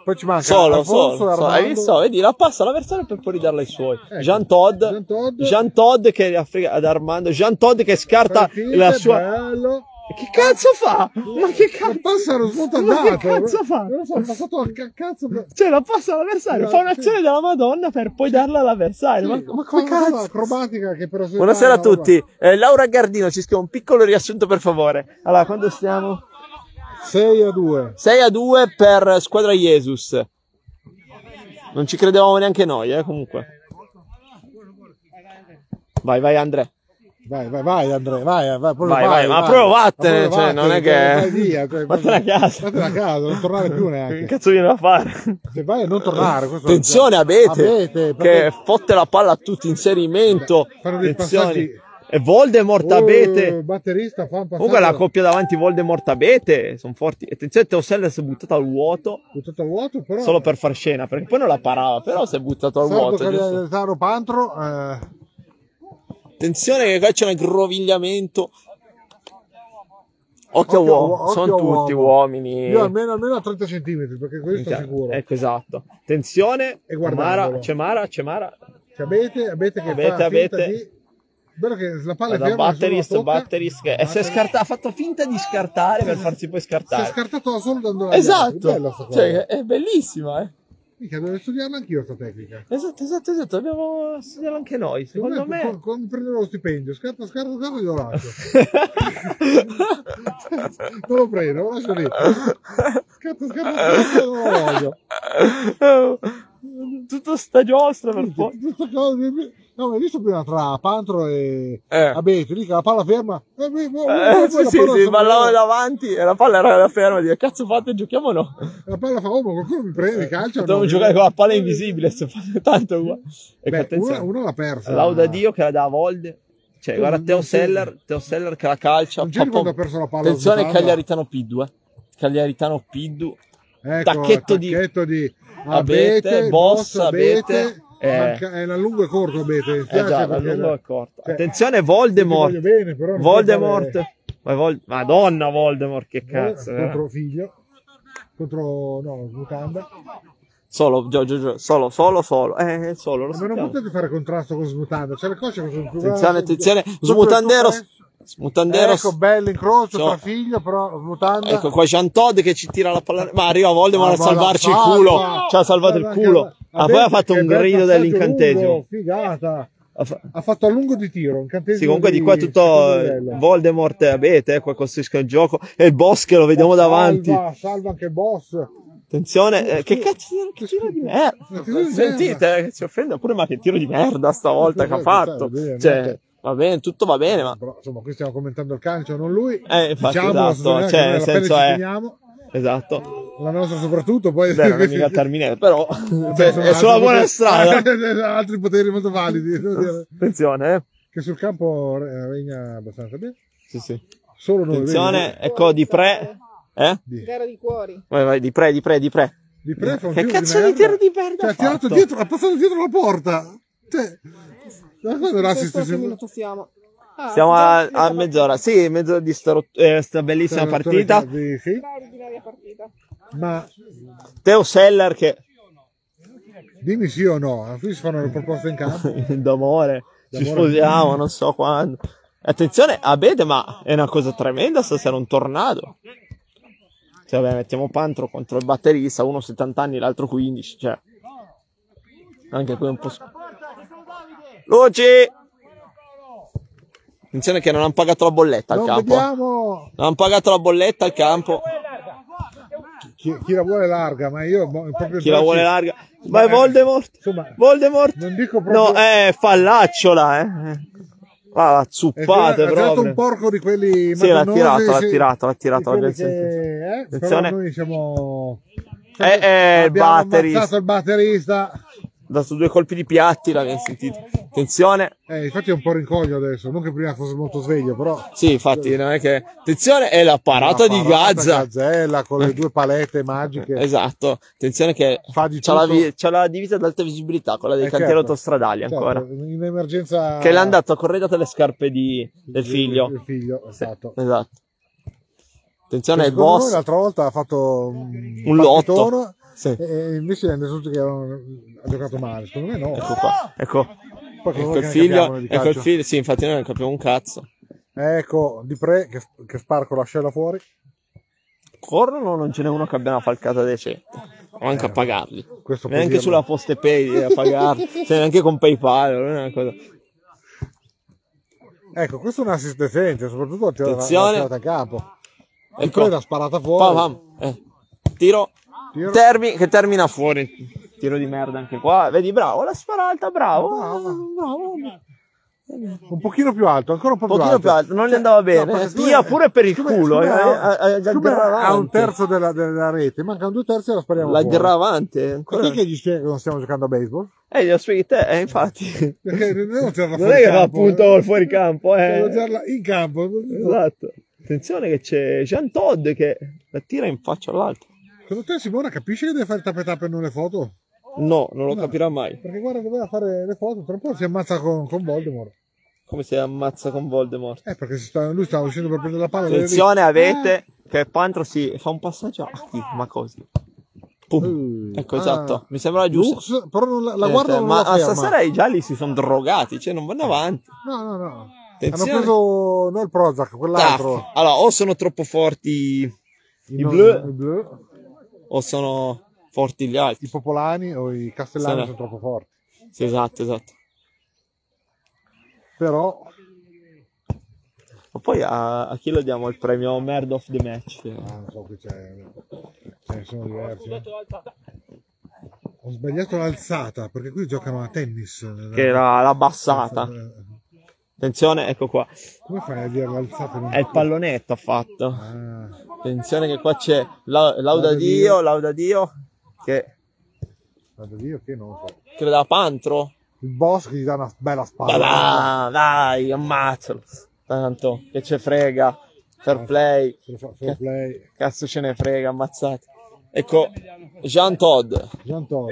A: Poi ci manca
C: Solo,
A: Alfonso
C: solo.
A: e
C: solo.
A: Ah, Armando.
C: Hai visto? Vedi, la passa l'avversario per poi ridarla ai suoi.
A: Ecco.
C: Jean Todd.
A: Jean Todd.
C: Jean Todd che la frega ad Armando. Jean Todd che scarta
A: Partita,
C: la sua...
A: bello.
C: Che cazzo fa? Ma che
A: Ma
C: cazzo?
A: passa lo smonto
C: Ma
A: andato.
C: che cazzo fa?
A: Non lo so, è passato a ca- cazzo. per-
C: Cioè, la passa all'avversario, fa un'azione della Madonna per poi darla all'avversario. Ma, ma come
A: Fa una cosa
C: cazzo?
A: acrobatica che però
C: Buonasera a tutti. Eh, Laura Gardino ci scrive un piccolo riassunto, per favore. Allora, quando stiamo?
A: 6 a 2.
C: 6 a 2 per squadra Jesus. Non ci credevamo neanche noi, eh, comunque. Vai, vai, Andre.
A: Vai, vai, vai, Andrea, vai, vai, proprio
C: Vai, vai, ma proprio vattene, cioè, non è che-
A: Vai via, cioè,
C: Vattene a casa.
A: Vattene a casa, non tornare più
C: Che
A: neanche.
C: cazzo viene da fare?
A: Se vai a non tornare, questo
C: Attenzione, Abete,
A: Abete,
C: che
A: proprio-
C: fotte la palla a tutti, inserimento.
A: Fanno dei
C: Attenzione.
A: passaggi-
C: E Voldemort
A: Oh,
C: Abete.
A: batterista fa un passaggio.
C: Comunque la coppia davanti Voldemort Abete sono forti. Attenzione, Teosella si è buttata al vuoto
A: buttato a vuoto, però eh,
C: solo per far scena, perché poi non la parava, però si è buttato al
A: Sardo
C: vuoto. giusto?
A: Cagliaritano, Pantro eh,
C: Attenzione che qua c'è un aggrovigliamento.
A: Occhio
C: Occhio, a uomo,
A: uo-
C: sono
A: occhio
C: tutti
A: uomo.
C: uomini.
A: io almeno, almeno a 30 centimetri perché questo
C: Minchia,
A: è sicuro.
C: Ecco, esatto. Attenzione,
A: E guardandolo.
C: Mara, c'è Mara, c'è Mara.
A: C'è Abete, Abete Cioè, che
C: Abete,
A: fa finta
C: Abete.
A: di Bello che la palla è
C: Da
A: ferma, nessuno la
C: batterist,
A: tocca.
C: batterist. che- E si è scarta- ha fatto finta di scartare per farsi poi
A: Si è
C: scartare.
A: scartato da solo dando la
C: Esatto,
A: Bella sta cosa.
C: Cioè, è bellissima, eh.
A: Mica, devo studiarla anch'io sta tecnica.
C: Esatto, esatto, esatto, dobbiamo studiarla anche noi, secondo
A: Secondo me,
C: me.
A: con- Quando prenderò lo stipendio, scarta, scarta, scarta, glielo lascio. *laughs*
C: *laughs*
A: non lo prendo, lo lascio lì. Scarta, scarta, scarta, non lo voglio.
C: Tutto sta giostra per poi.
A: Questa cosa di- No, ma hai visto prima tra Pantro e
C: Eh.
A: Abete, lì che la palla ferma. Eh, beh, boh, boh,
C: Eh,
A: boh,
C: sì,
A: la
C: sì,
A: palla
C: sì,
A: sembra-
C: ballavano davanti e la palla era era ferma. Dico, cazzo fate, giochiamo o no?
A: La palla fa, oh, ma qualcuno mi prende, mi calcia.
C: Eh, Dobbiamo
A: No,
C: giocare
A: io-
C: con la palla invisibile, se fate tanto qua. Ecco,
A: Beh,
C: attenzione.
A: una, una l'ha persa.
C: Lauda Dio che la dà a Volde. Cioè,
A: Eh,
C: guarda,
A: non-
C: Teo
A: non
C: Seller, Teo Seller che la calcia.
A: Non c'eri
C: fa pom-
A: quando ha perso la palla.
C: Attenzione
A: orizzontale?
C: Cagliaritano P2, Cagliaritano P2.
A: Ecco,
C: Tacchetto di-
A: tacchetto di
C: Abete, Boss, Abete, eh.
A: manca- è la lungo e corto Abete. mi
C: Eh
A: piace
C: già, da
A: perché-
C: lungo e corto.
A: cioè,
C: Attenzione
A: ti
C: Voldemort.
A: voglio bene, però non
C: Voldemort.
A: puoi
C: Ma Vol- Madonna Voldemort, che cazzo. eh.
A: contro figlio contro no Mutanda
C: Solo, Gio, Gio, Gio, solo, solo, solo. Eh, solo, lo
A: ma non
C: sappiamo.
A: potete fare contrasto con Smutanda c'è le cosce che sono più
C: Attenzione,
A: grandi.
C: attenzione.
A: Proprio
C: Smutanderos.
A: il tuo prezzo.
C: Smutanderos.
A: ecco bello incrocio
C: So.
A: tra figlio però Smutanda
C: Ecco qua Jean Todd che ci tira la palla. Ma arriva Voldemort
A: Ah,
C: a
A: ma la
C: salvarci il
A: salva.
C: culo. Ci ha salvato il
A: Guarda anche
C: culo.
A: la-
C: Ma poi ha
A: Abete,
C: fatto
A: che
C: un
A: bel
C: grido
A: passaggio
C: dell'incantesimo.
A: lungo, figata
C: Ha fa-
A: ha fatto a lungo di tiro incantesimo
C: Sì, comunque di qua tutto
A: secondo
C: eh,
A: livello.
C: Voldemort e Abete, eh, qua costruiscono il gioco. E il boss che lo vediamo
A: Salva,
C: davanti.
A: salva anche il boss
C: Attenzione, eh, che cazzo che tiro di
A: Ma tiro
C: merda.
A: di
C: Sentite, eh, che si offende pure, ma che tiro di merda stavolta che ha fatto. Cioè, va bene, tutto va bene, ma
A: Però, insomma qui stiamo commentando il calcio non lui
C: Eh, infatti, esatto,
A: signora, Diciamo, che noi
C: cioè, nel
A: alla pelle
C: senso
A: ci
C: è-
A: teniamo,
C: esatto.
A: la nostra soprattutto poi
C: Beh, non
A: *laughs*
C: è mica Terminator, però *laughs* cioè, è sulla buona strada.
A: Eh, altri poteri molto
C: *laughs*
A: validi devo dire,
C: Attenzione, eh.
A: che sul campo eh, regna abbastanza bene
C: Sì, sì.
A: solo noi
C: Attenzione, ecco di pre. Eh?
A: vedi?
D: Gara di cuori.
C: Vai, vai, di pre, di pre, di pre.
A: di, di pre fa un
C: Che
A: tiro
C: cazzo di
A: merda.
C: tiro di merda
A: Cioè,
C: ha
A: ha tirato
C: fatto?
A: dietro ha passato dietro la porta cioè ma quando l'assist
D: Questo che
A: si-
D: minuto siamo? Ah,
C: Siamo
D: già,
C: a,
D: mezza
C: a
D: partita.
C: mezz'ora. Sì, mezz'ora di sta, rot- eh, sta bellissima
A: Sarà
C: partita.
A: tornata- sì,
D: Straordinaria partita.
A: ma
C: Teo Seller che
A: dimmi sì o no qui si fanno le proposte in
C: *laughs*
A: campo
C: d'amore, ci
A: D'amore.
C: sposiamo, non so quando. Attenzione, Abete, ma è una cosa tremenda stasera, un tornado. Cioè, vabbè, mettiamo Pantro contro il batterista, uno 70 anni, l'altro 15, cioè. Anche qui è un po'... sc- Luci! Attenzione che non hanno pagato la bolletta al
A: Non
C: campo. Non
A: vediamo
C: hanno pagato la bolletta al campo.
A: chi, chi la vuole larga, ma io mo- proprio
C: Chi la
A: oggi-
C: vuole larga? Vai Voldemort.
A: Insomma,
C: Voldemort.
A: non dico proprio-
C: No, eh, fallaccio là, eh. Ah, la
A: è tira-
C: zuppate
A: ha tirato un
C: proprio.
A: porco di quelli
C: Sì, l'ha
A: madonnosi,
C: tirato, l'ha
A: sì,
C: tirato, l'ha tirato,
A: di
C: l'abbiamo
A: quelli che- eh, però
C: Attenzione.
A: noi siamo
C: Eh, eh, il
A: abbiamo
C: batterista.
A: ammazzato il batterista.
C: Ha dato due colpi di piatti, l'abbiamo sentito. Attenzione.
A: Eh, infatti è un po' rincoglio adesso, non che prima fosse molto sveglio, però
C: Sì, infatti, non è che... Attenzione, è la parata di Gaza. Eh.
A: Gazzella con le due palette magiche.
C: Esatto, attenzione che
A: Fa di
C: c'ha la,
A: tutto.
C: vi- c'ha la divisa ad alta visibilità, quella dei
A: Eh,
C: cantieri
A: certo.
C: autostradali
A: Certo,
C: ancora.
A: in emergenza
C: Che l'ha andato a corredate le scarpe di- del
A: il-
C: figlio.
A: il figlio, esatto.
C: Esatto. Attenzione, il
A: Secondo noi
C: boss.
A: l'altra volta ha fatto un,
C: Un lotto.
A: partitone
C: Sì.
A: e invece è andato tutti che erano- ha giocato male. Secondo me no.
C: Ecco qua, ecco,
A: Poi cosa
C: ecco
A: che
C: il
A: ne
C: figlio,
A: capiamo di
C: ecco il
A: calcio?
C: figlio, sì, infatti noi non capiamo un cazzo.
A: Ecco, di pre che, che sparco l'ascella fuori.
C: Corrono, non ce n'è uno che abbia una falcata decente, o anche a pagarli.
A: Questo puoi
C: Neanche
A: dirlo.
C: sulla poste pay a
A: *laughs*
C: pagarli, cioè neanche con PayPal. non è una cosa.
A: Ecco, questo è un assist decente, soprattutto la tirata- la
C: Attenzione.
A: tirata a capo. E
C: Ecco.
A: poi l'ha sparata
C: Pam,
A: fuori.
C: pam, eh. Tiro,
A: Tiro.
C: Termi- che termina fuori. Tiro di merda anche qua. Vedi, bravo, la sparata, bravo.
A: Brava.
C: bravo.
A: Un pochino più alto, ancora un po'
C: Un pochino più alto,
A: Cioè,
C: non gli andava bene.
A: perché
C: Eh,
A: siccome-
C: tira pure per il
A: siccome-
C: culo,
A: siccome
C: eh,
A: ha-
C: eh, eh,
A: siccome
C: aggravanti.
A: ha un terzo della, della rete, mancano due terzi e la spariamo fuori.
C: L'aggravante. ancora-
A: Perché che gli spiega che non stiamo giocando a baseball?
C: Eh, glielo spieghi te, eh, infatti.
A: Perché non *laughs* c'era
C: Non è che fa
A: eh.
C: appunto eh. il fuoricampo,
A: Devo
C: eh.
A: girarla in campo.
C: Esatto. Attenzione che c'è Jean Todd che la tira in faccia all'altro.
A: Secondo te Simona capisce che deve fare tappa tappa e non le foto?
C: No, non lo
A: No.
C: capirà mai.
A: Perché guarda doveva fare le foto, tra un po' si ammazza con, con Voldemort.
C: Come si ammazza con Voldemort.
A: Eh, perché si sta- lui stava uscendo per prendere la palla.
C: Attenzione, avete
A: Ah.
C: che Pantro si fa un passaggio avanti, ma così. Pum.
A: Mm.
C: Ecco,
A: Ah.
C: esatto. Mi sembra giusto.
A: Lux, però non la, la guarda non
C: ma
A: la
C: a
A: ferma.
C: stasera i gialli si sono drogati, cioè non vanno avanti.
A: No, no, no.
C: Attenzione.
A: Hanno preso no il Prozac, quell'altro.
C: Tac. Allora, o sono troppo forti i
A: No,
C: blu
A: I blu.
C: o sono forti gli altri.
A: I popolani o i castellani
C: Sì.
A: sono troppo forti.
C: Sì, esatto, esatto.
A: Però
C: Ma poi a, a chi lo diamo il premio Merd of the Match?
A: Ah, non so, qui c'è. Ce ne sono diversi. eh. Ho sbagliato l'alzata perché qui giocano a tennis.
C: Che era la bassata. Attenzione, ecco qua.
A: Come fai a dire l'alzata? in un-
C: È il pallonetto ha fatto.
A: Ah,
C: Attenzione che qua c'è la- Lauda Dio, Lauda Dio, che
A: vado io che non so.
C: creda Pantro.
A: Il boss che gli dà una bella spalla.
C: Bah, dai, ammazzalo. Tanto, che ce frega. Fair play.
A: Se lo fa- fair play.
C: Cazzo ce ne frega, ammazzate. Ecco, Jean Todd.
A: Gian Todd.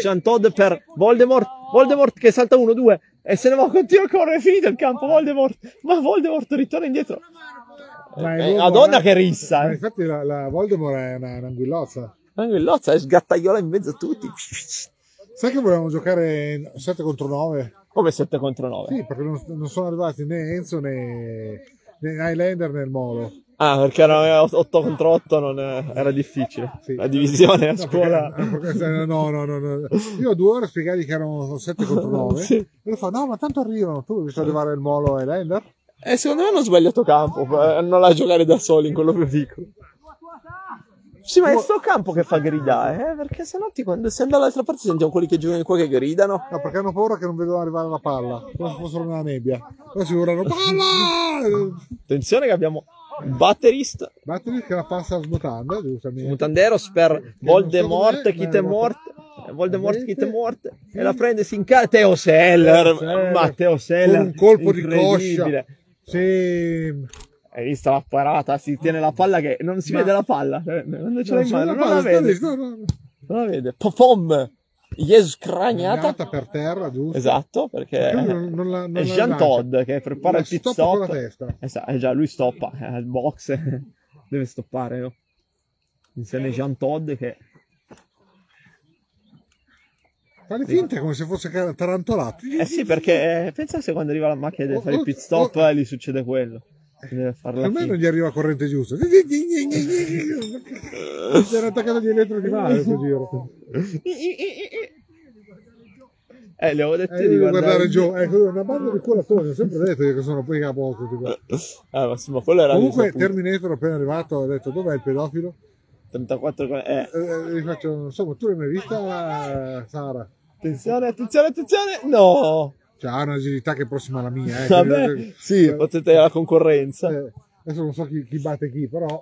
C: Jean Todd per Voldemort. Voldemort che salta 1-2 e se ne va, continua a correre, è finito il campo, Voldemort. Ma Voldemort ritorna indietro.
A: Ma
C: Eh,
A: l'uomo-
C: Madonna che rissa,
A: Ma
C: eh.
A: infatti la, la Voldemort è una, un'anguillozza.
C: Tranquillozza, eh, sgattaiola in mezzo a tutti.
A: Sai che volevamo giocare 7 contro 9?
C: Come 7 contro 9.
A: Sì, perché non, non sono arrivati né Enzo né, né Highlander né il Molo.
C: Ah, perché era 8 contro 8 non è- era difficile.
A: Sì.
C: La divisione a
A: No,
C: scuola.
A: perché- perché- no, no, no, no. Io ho due ore a spiegargli che erano 7
C: *laughs*
A: contro 9.
C: Sì.
A: E lui fa: No, ma tanto arrivano. Tu hai visto arrivare il Molo e l'Ender?
C: E Eh, secondo me hanno sbagliato campo, eh, non la giocare da soli in quello più piccolo. Sì, ma è sto campo che fa gridare, eh? perché se no ti- quando si andava dall'altra parte sentiamo quelli che giocano qua che gridano.
A: No, perché hanno paura che non vedono arrivare la palla. Come se fossero nella nebbia. Poi si vorranno: Palla!
C: Attenzione che abbiamo un batterista,
A: Batteri che la passa a smutanda,
C: un
A: giustamente.
C: mutanderos per Voldemort, Kit e Mort, eh, Voldemort, Kit e Mort, e la prende, si incarica, Teo Seller,
A: Seller.
C: ma Teo Seller,
A: Con un colpo di
C: incredibile.
A: Sì.
C: Hai visto la parata? Si tiene la palla che non si
A: Ma-
C: vede la palla. eh, Quando ce l'hai in
A: No,
C: mano,
A: sulla
C: non la
A: palla,
C: vede.
A: no, no, no.
C: Non la vede. Popom! Yes, cragnata.
A: Andata per terra, giusto.
C: Esatto, perché
A: Lui non- non la- non
C: è
A: la
C: Jean
A: lancia.
C: Todd che prepara
A: La
C: il pit
A: stoppa
C: stop.
A: con la testa.
C: Esatto, eh già, lui stoppa eh, al box. *laughs* Deve stoppare, no? Insieme a Jean Todd che...
A: Fai finta come se fosse car- tarantolato.
C: Eh sì, perché eh, pensa se quando arriva la macchina deve fare il pit stop e gli succede quello. Deve fare la
A: Oh, Per me non
C: fine.
A: gli arriva la corrente giusta.
C: *laughs*
A: Si era attaccato agli elettro di mano questo giro.
C: Eh, le avevo detto
A: Eh, io
C: di
A: devo
C: guardare,
A: guardare giù, ecco, una banda di culatori, ho sempre detto che sono poi capo tutti qua.
C: Ah, ma sì, ma quello era
A: Comunque
C: l'insaputo.
A: Terminator appena arrivato ha detto dov'è il pedofilo?
C: 34 eh.
A: Eh, gli faccio, non so, ma tu l'hai mai vista eh, Sara?
C: Attenzione, attenzione, attenzione. No.
A: Cioè ha un'agilità che è prossima alla mia, eh.
C: Vabbè, sì, potete la concorrenza.
A: Eh, adesso non so chi, chi batte chi, però.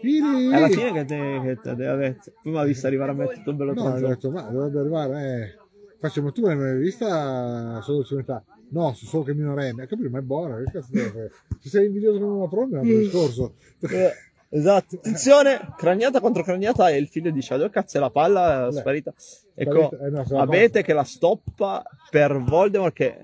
A: Fili!
C: Alla fine che te, che te aveva detto. Poi mi ha visto arrivare a me tutto bello
A: No, ho
C: tranquillo.
A: detto, ma dovrebbe arrivare. Eh. Faccio, ma tu l'hai mai vista solo civiltà? No, so solo che minorenne. Ho capito, ma è buona, che cazzo devo fare? Se sei invidioso come una prona, l'anno discorso.
C: Eh, Esatto, attenzione, craniata contro craniata e il figlio dice, "Ah, dove cazzo è la palla? È
A: Beh,
C: sparita. Ecco,
A: eh, no, se la
C: Avete che la stoppa per Voldemort che...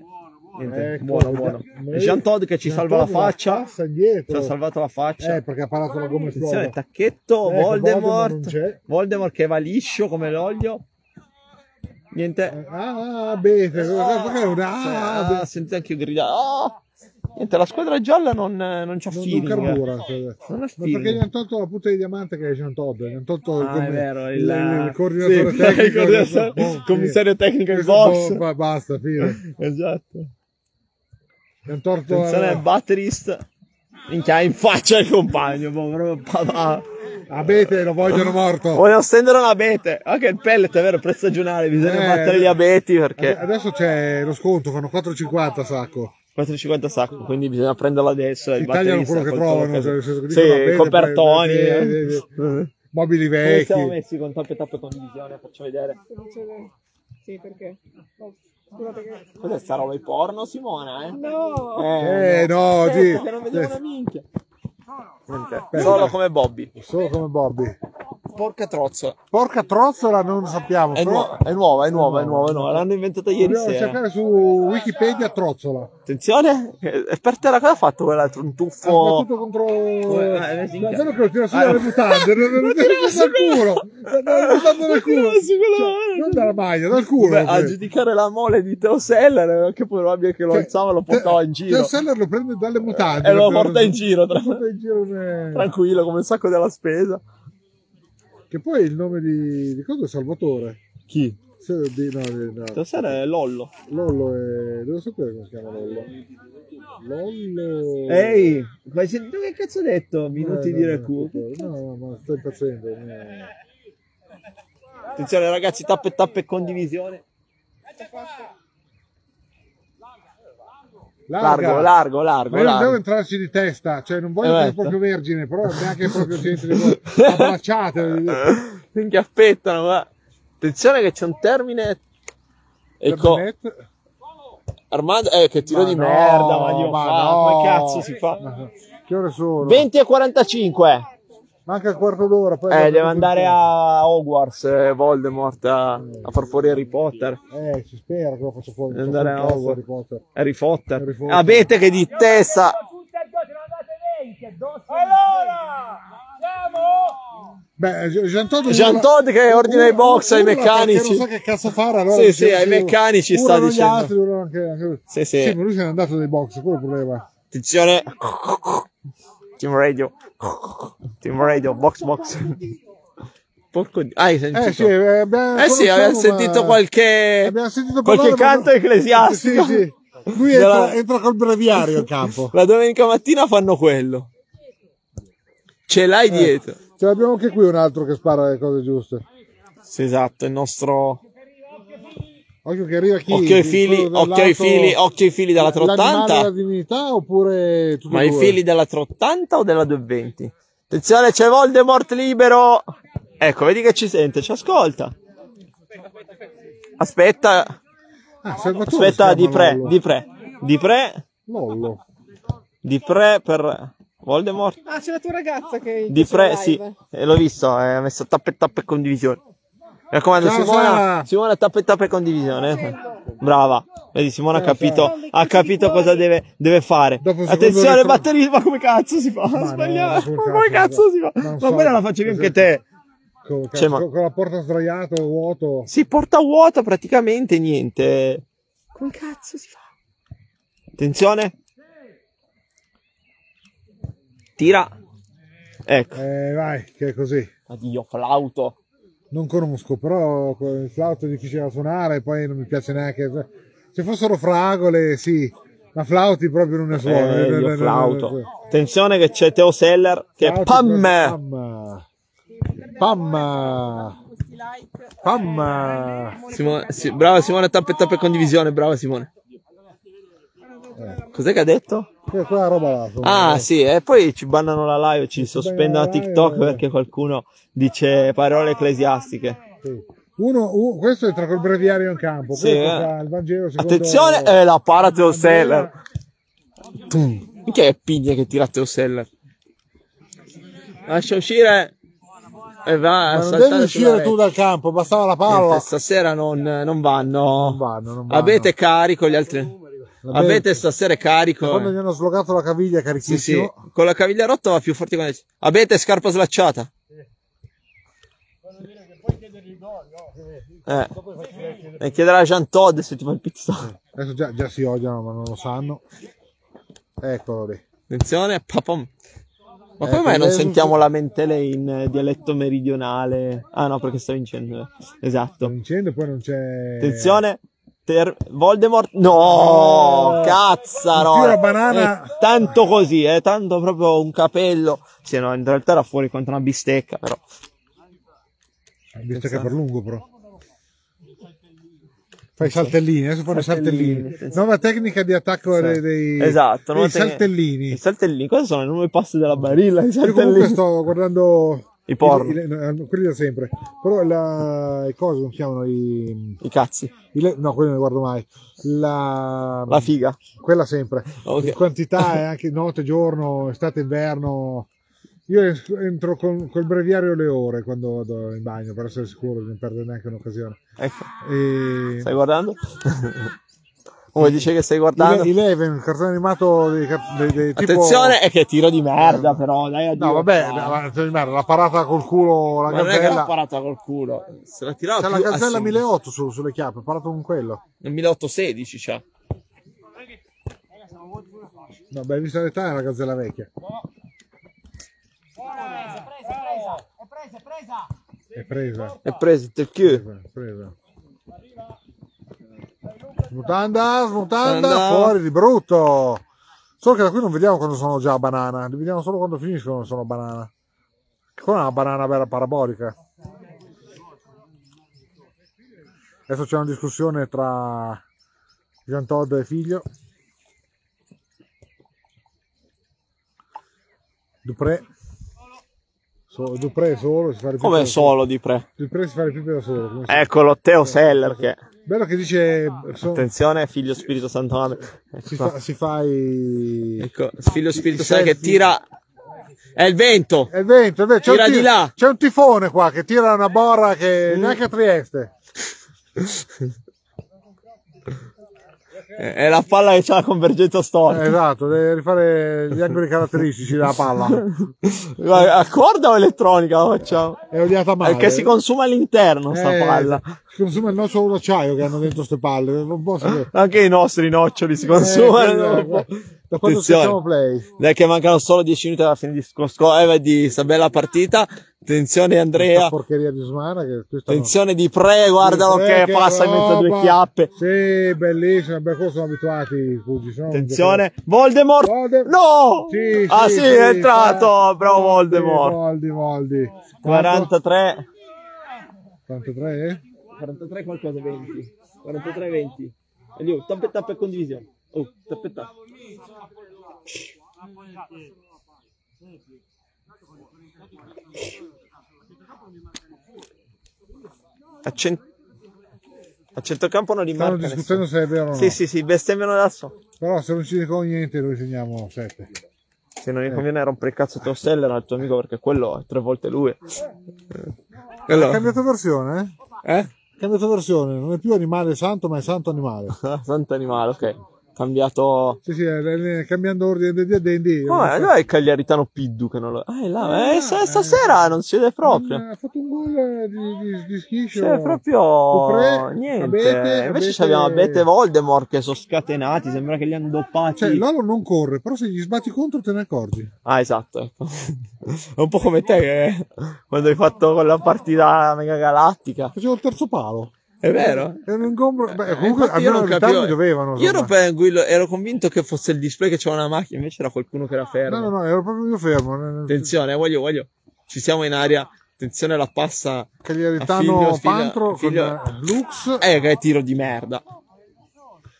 C: Niente,
A: Ecco,
C: buono, buono.
A: ma-
C: Jean Todd che ci
A: Jean
C: salva
A: Todd
C: la faccia.
A: passa indietro.
C: Ci ha salvato la faccia.
A: Eh, perché ha parlato la gomma
C: Attenzione,
A: esplosa.
C: tacchetto,
A: Ecco, Voldemort non
C: Voldemort.
A: c'è.
C: Voldemort che va liscio come l'olio. Niente.
A: Eh, Ah, ah, bete, guarda, perché è un ah,
C: Ah,
A: bete.
C: sentite anche io gridare. Ah! Niente, la squadra gialla non, eh, non c'ha
A: Non, non
C: feeling. Ah,
A: carbura, cioè.
C: Non ha
A: ma perché gli
C: feeling.
A: hanno tolto la punta di diamante che è Jean Todd, gli hanno tolto
C: Ah, è vero, il, eh,
A: il coordinatore
C: sì, *laughs*
A: tecnico,
C: il coordinatore-
A: boh, fine.
C: commissario tecnico in
A: Questo
C: box.
A: boh, ba- basta, fine.
C: Esatto.
A: Gli hanno tolto
C: Attenzione al
A: la-
C: batterist. Minchia, in faccia il compagno. boh, proprio papà.
A: Abete, lo vogliono morto.
C: Volevo stendere un abete. Anche il pellet è vero, prezzo stagionale. Bisogna
A: Eh,
C: battere gli abeti perché.
A: Ade- Adesso c'è lo sconto, fanno 4,50 sacco.
C: 4,50 sacco, quindi bisogna prenderla adesso. Il
A: Li tagliano
C: batterista
A: quello che
C: col
A: trovano,
C: tocco.
A: cioè, nel senso che dicono,
C: sì,
A: vabbè,
C: copertoni.
A: pre- pre- pre- pre-
C: Come
A: Mobili
C: siamo
A: vecchi.
C: messi con tappe tappe condivisione? Faccio vedere.
D: Non c'è le- Sì, perché? Oh, scusate che...
C: Cos'è sta roba di porno, Simona? Eh,
D: No!
A: Eh, no, sì.
C: Aspetta, che non vediamo
A: Eh.
C: una minchia. Niente,
A: Beh,
C: Solo
A: dai.
C: come Bobby.
A: Solo come Bobby.
C: Porca trozza.
A: Porca trozzola non sappiamo,
C: È,
A: però
C: nuova, è nuova, è nuova, è nuova, è nuova. L'hanno inventata Eh, ieri
A: dobbiamo
C: sera.
A: cercare su Wikipedia trozzola.
C: Attenzione, eh, per terra cosa ha fatto quell'altro? Un
A: Ha
C: tuffo.
A: battuto contro...
C: eh, eh, sì,
A: Ma
C: cazzo.
A: quello che lo tira su
C: Ah,
A: dalle
C: no.
A: mutande, lo lo- lo
C: Lo
A: tira
C: tira
A: su dal
C: su
A: culo.
C: quello.
A: Lo tira su dal
C: Lo tira
A: culo.
C: su quello.
A: Cioè, Non dalla maglia, dal culo.
C: Beh, a giudicare la mole di Teo Seller, che probabile che lo
A: Cioè,
C: alzava e lo portava in giro. Eh,
A: Teo Seller lo prende dalle mutande.
C: E lo porta in giro, tra-
A: *laughs* Lo porta in giro, eh.
C: Tranquillo, come il sacco della spesa.
A: Che poi il nome di, di cosa è Salvatore?
C: Chi?
A: Se- di- no, di- no.
C: Teo Seller è Lollo.
A: Lollo è... Devo sapere come si chiama Lollo. Lollo...
C: Ehi, ma se- dove cazzo ho detto? Minuti
A: Eh,
C: di
A: no,
C: recu.
A: No, no, ma sto impazzendo. no.
C: Attenzione ragazzi, tappe tappe e condivisione. Largo, largo, largo,
A: Ma io non devo
C: largo.
A: entrarci di testa, cioè non voglio
C: Eh,
A: essere
C: basta.
A: proprio vergine, però neanche proprio
C: *laughs*
A: gente che abbracciate.
C: Mi affettano, ma... Attenzione che c'è un termine... Ecco,
A: Terminet.
C: Armando... Eh, che tiro
A: Ma
C: di
A: no,
C: merda, ma io
A: ma
C: fa...
A: no.
C: Come cazzo si
A: Ma
C: fa?
A: no, Che ore sono?
C: 20 e 45.
A: Manca il quarto d'ora. Poi
C: Eh,
A: dopo
C: deve
A: tutto
C: andare
A: il-
C: a Hogwarts, eh, Voldemort, a, a far fuori Harry Potter.
A: Eh, si spera che lo faccia fuori.
C: Deve andare
A: Sono
C: a
A: un cazzo,
C: Hogwarts.
A: Harry Potter.
C: Harry Potter.
A: Harry Potter.
C: Avete che di testa...
E: Allora, siamo
A: Bè, Jean Todd
C: Jean Todd che ordina i box eh, ai meccanici.
A: Non so che cazzo fare allora.
C: Sì,
A: dice,
C: sì, ai meccanici sta
A: urlano gli
C: dicendo.
A: altri, urlano anche, anche-
C: Sì, sì.
A: ma lui se n'è andato dai box, quello è il problema.
C: Attenzione. Team Radio. Team Radio, box box. Porco di... Hai sentito?
A: Eh sì, eh, abbiamo-
C: Eh sì,
A: conosciamo,
C: avevo
A: ma-
C: sentito qualche,
A: Abbiamo sentito
C: qualche
A: parlare, ma-
C: canto ecclesiastico.
A: Sì, sì. Lui
C: Della-
A: entra, entra col breviario in campo.
C: La domenica mattina fanno quello. Ce l'hai Eh, dietro.
A: Ce l'abbiamo anche qui un altro che spara le cose giuste.
C: Sì, esatto, il nostro...
A: Occhio che arriva chi?
C: Occhio ai
A: Il-
C: fili,
A: quello
C: occhio ai
A: dell'alto-
C: fili, occhio ai fili della
A: L'animale
C: 380.
A: della divinità oppure tutti
C: Ma
A: e
C: i
A: due?
C: fili della 380 o della 220? Attenzione, c'è Voldemort libero. Ecco, vedi che ci sente, ci ascolta. Aspetta,
A: Ah, Salvatore
C: aspetta,
A: si
C: di
A: chiama
C: pre,
A: Lollo.
C: di pre, di pre,
A: Lollo.
C: di pre per Voldemort.
D: Ah, c'è la tua ragazza che...
C: Di
D: che fa la
C: pre, sì,
D: live.
C: eh, l'ho visto, eh, ha messo tappe tappe condivisione. Mi raccomando,
A: Ciao,
C: Simona,
A: Sara.
C: Simona tappe tappe condivisione. eh. Brava. Vedi, Simona ha capito, ha capito cosa deve, deve fare.
A: Dopo un secondo
C: Attenzione,
A: retro-
C: batterismo, ma come cazzo si fa?
A: no,
C: Sbagliato.
A: ma
C: Ma *laughs* come cazzo si fa?
A: non
C: Ma
A: so.
C: quella la facevi anche te.
A: Con,
C: Cioè,
A: cazzo,
C: ma-
A: con- con la porta sdraiata, vuoto.
C: Si porta vuota praticamente niente. Come cazzo si fa? Attenzione. Tira. Ecco.
A: Eh, vai, che è così.
C: Addio, Ecco. flauto.
A: non conosco, però il flauto è difficile da suonare, poi non mi piace neanche. Se fossero fragole, sì, ma flauti proprio non ne suono.
C: Eh,
A: Non-
C: io
A: non-
C: flauto.
A: non-
C: Attenzione che c'è Teo Seller che
A: Flauti
C: pam!
A: proprio-
D: Perdiamo
A: Pamma.
D: ora questi like.
A: Pamma.
D: Eh,
C: Simo- si- brava Simone, tappe tappe condivisione, brava Simone.
A: Eh.
C: Cos'è che ha detto?
A: Pamma. Quella roba là. insomma.
C: Ah sì, e poi ci bannano la live, ci sospendono a
A: la live.
C: TikTok perché qualcuno dice parole ecclesiastiche.
A: Sì. Uno, u- questo è tra col breviario in campo.
C: Sì,
A: questo
C: eh.
A: tra il Vangelo secondo
C: Attenzione, eh, la para Teo Seller. Tum. Mica è pigna che tira Teo Seller. Lascia uscire e va
A: Ma
C: a
A: non devi
C: Ah, saltare sulla
A: uscire
C: rete.
A: tu dal campo, bastava la
C: Niente,
A: palla.
C: Stasera non, non vanno.
A: Non vanno, non vanno.
C: Avete carico gli altri.
A: Vabbè,
C: Avete stasera carico.
A: Quando gli hanno slogato la caviglia,
C: Sì,
A: carichissimo.
C: sì. Con la caviglia rotta va più forte. Con... Avete scarpa slacciata. Eh. E chiederà a Jean Todd se ti fa il pit stop.
A: Adesso già, già si odiano, ma non lo sanno. Eccolo lì.
C: Attenzione, papam. Ma
A: Eh,
C: come mai
A: quello
C: non
A: è un-
C: sentiamo lamentele in eh, dialetto meridionale? Ah no, perché sta vincendo.
A: Sta
C: Esatto.
A: vincendo, poi non c'è.
C: Attenzione, ter- Voldemort. No,
A: No.
C: cazzaro.
A: Il tiro a Oh. banana.
C: È Eh, tanto così, è tanto proprio un capello. Sì, no, in realtà era fuori contro una bistecca, però.
A: Visto che è per lungo, però. Fai i saltellini, adesso fanno i saltellini.
C: Saltellini, sì.
A: Nuova tecnica di attacco dei, dei-
C: esatto,
A: dei
C: no? Te-
A: saltellini.
C: I saltellini, cosa sono? I nuovi passi della barilla, i
A: Io comunque
C: saltellini.
A: sto guardando
C: I porno.
A: il- il- quelli da sempre. Però la, i cose come si chiamano i,
C: I cazzi,
A: i- no, quelli non li guardo mai. La,
C: la figa.
A: quella sempre.
C: Ok.
A: In quantità è anche notte, giorno, estate, inverno. Io es- entro con, col breviario le ore quando vado in bagno per essere sicuro di non perdere neanche un'occasione.
C: Ecco,
A: E...
C: stai guardando? *laughs* Come dice che stai guardando?
A: Ele- Eleven, il cartone animato dei, cap- dei- dei- tipo-
C: Attenzione, è che tiro di merda, però, dai, addio.
A: No, vabbè,
C: Ah,
A: la, la- la- la parata col culo, la
C: ma non è che l'ha
A: gazzella.
C: parata col culo. Se la tirava
A: C'è la
C: più a
A: gazzella
C: sinistra.
A: 1008 su- sulle chiappe, ho parlato con quello.
C: Nel cioè. 1816 c'ha.
A: No, beh, vista l'età è una gazzella vecchia. È presa,
C: È preso il
A: è
C: TQ.
A: presa, è presa. Smutanda, smutanda,
C: Smutanda.
A: fuori di brutto. Solo che da qui non vediamo quando sono già a banana, li vediamo solo quando finiscono sono a banana. Con una banana bella parabolica. Adesso c'è una discussione tra Gian Todd e figlio. Dupré. So- Dupré solo, si fa le pippe
C: Come
A: da
C: solo Eh, di pre.
A: Dupré si fa le pippe da solo. come si-
C: Eccolo, Teo Seller che.
A: Bello che dice... so-
C: Attenzione, figlio Spirito Santo. Amen.
A: si,
C: Ecco, qua.
A: fa, si fa i...
C: Ecco, figlio Spirito
A: I
C: Santo che
A: selfie.
C: tira. È il vento.
A: È il vento, è il vento. C'è,
C: Tira
A: un ti-
C: di là.
A: c'è un tifone qua che tira una borra che
C: Mm.
A: neanche a Trieste.
C: È è la palla che c'ha la convergenza
A: Eh,
C: storica.
A: esatto, deve rifare gli angoli caratteristici della palla.
C: *laughs* Ma A corda o elettronica oh, la facciamo?
A: È odiata male.
C: Perché si consuma all'interno sta
A: Eh,
C: palla.
A: Si consuma il nocciolo d'acciaio che hanno dentro ste palle. Non posso
C: *laughs*
A: che...
C: Anche i nostri noccioli si
A: Eh,
C: consumano.
A: quello- da quando schiacciamo play.
C: Dai che mancano solo 10 minuti alla fine di, sco- sco- eh, di questa bella partita. Attenzione
A: Questa
C: Andrea.
A: porcheria di Smana che questa no.
C: Attenzione di pre, guardalo
A: Eh,
C: che passa in mezzo a due
A: roba.
C: chiappe.
A: Sì, bellissimo, beh, qua sono abituati i cugi, sono
C: Attenzione, Voldemort!
A: Volde-
C: No!
A: Sì,
C: ah sì,
A: sì, sì,
C: è entrato,
A: fa-
C: bravo
A: sì,
C: Voldemort.
A: Voldi, Voldi.
C: 43
A: 43?
C: 43 qualcosa 20. 43 20. Eliu, oh, tappe tappe condivisione. Oh, tappe tappe. A, cent- a centrocampo non
A: Stanno
C: rimarca
A: discutendo
C: nessuno.
A: se è vero o no.
C: Sì, sì, sì, bestemmiano da solo.
A: Però se non ci dicono niente noi segniamo 7.
C: Se non gli conviene rompere il cazzo Tossella al tuo amico perché quello è tre volte lui.
A: Eh, Ha
C: Quello...
A: cambiato versione, eh?
C: Eh?
A: Ha cambiato versione, non è più animale santo, ma è santo animale.
C: Santo Ah, animale, ok. Cambiato...
A: Sì, sì, eh, eh, cambiando ordine degli addendi.
C: Com'è? Dov'è il Cagliaritano Piddu che non lo... Ah, è là, eh,
A: Ah,
C: sa-
A: eh.
C: stasera non si vede proprio.
A: Ha fatto un gol eh, di, di, di schiscio.
C: Cioè, proprio
A: Copre,
C: niente.
A: Abete,
C: Invece
A: Abete-
C: ci abbiamo Abete e Voldemort che sono scatenati. Sembra che li hanno doppati.
A: Cioè, Lolo non corre, però se gli sbatti contro te ne accorgi.
C: Ah, esatto. Ecco. *laughs* È un po' come te che quando hai fatto quella partita mega galattica.
A: Facevo il terzo palo.
C: È vero?
A: È un ingombro. Beh, comunque
C: Eh, Infatti io
A: almeno
C: non
A: evitarli
C: capivo.
A: dovevano.
C: Io ero,
A: insomma.
C: tranquillo, ero convinto che fosse il display che c'era una macchina, invece era qualcuno che era fermo.
A: No, no, no, ero proprio io fermo.
C: Attenzione, eh, voglio, voglio. Ci siamo in aria. Attenzione alla passa. Eh, Figlio,
A: Cagliaritano
C: sfida-
A: Pantro
C: figlio-
A: con eh, Lux.
C: Eh, che tiro di merda.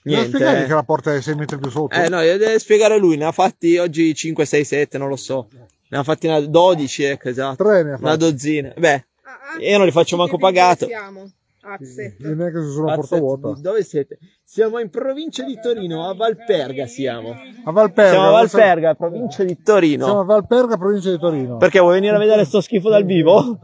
A: Bisogna spiegargli che
C: Niente.
A: la porta è 6 metri più sotto.
C: Eh, no, deve spiegare lui. Ne ha fatti oggi 5, 6, 7, non lo so. Ne ha fatti una 12, ecco, esatto.
A: Tre ne ha
C: Una
A: fatti.
C: dozzina. Beh,
D: Ah, ah,
C: Io non li faccio manco
D: che vincoli
C: pagato.
D: Siamo. Azze.
A: Io neanche se sono a porta
C: Pazzetto,
A: vuota.
C: di- dove siete? Siamo in provincia di Torino, a Valperga siamo.
A: A Valperga.
C: siamo a
A: adesso-
C: Valperga, provincia di Torino.
A: Siamo a Valperga, provincia di Torino.
C: Perché vuoi venire a vedere sto schifo
A: *laughs*
C: dal vivo?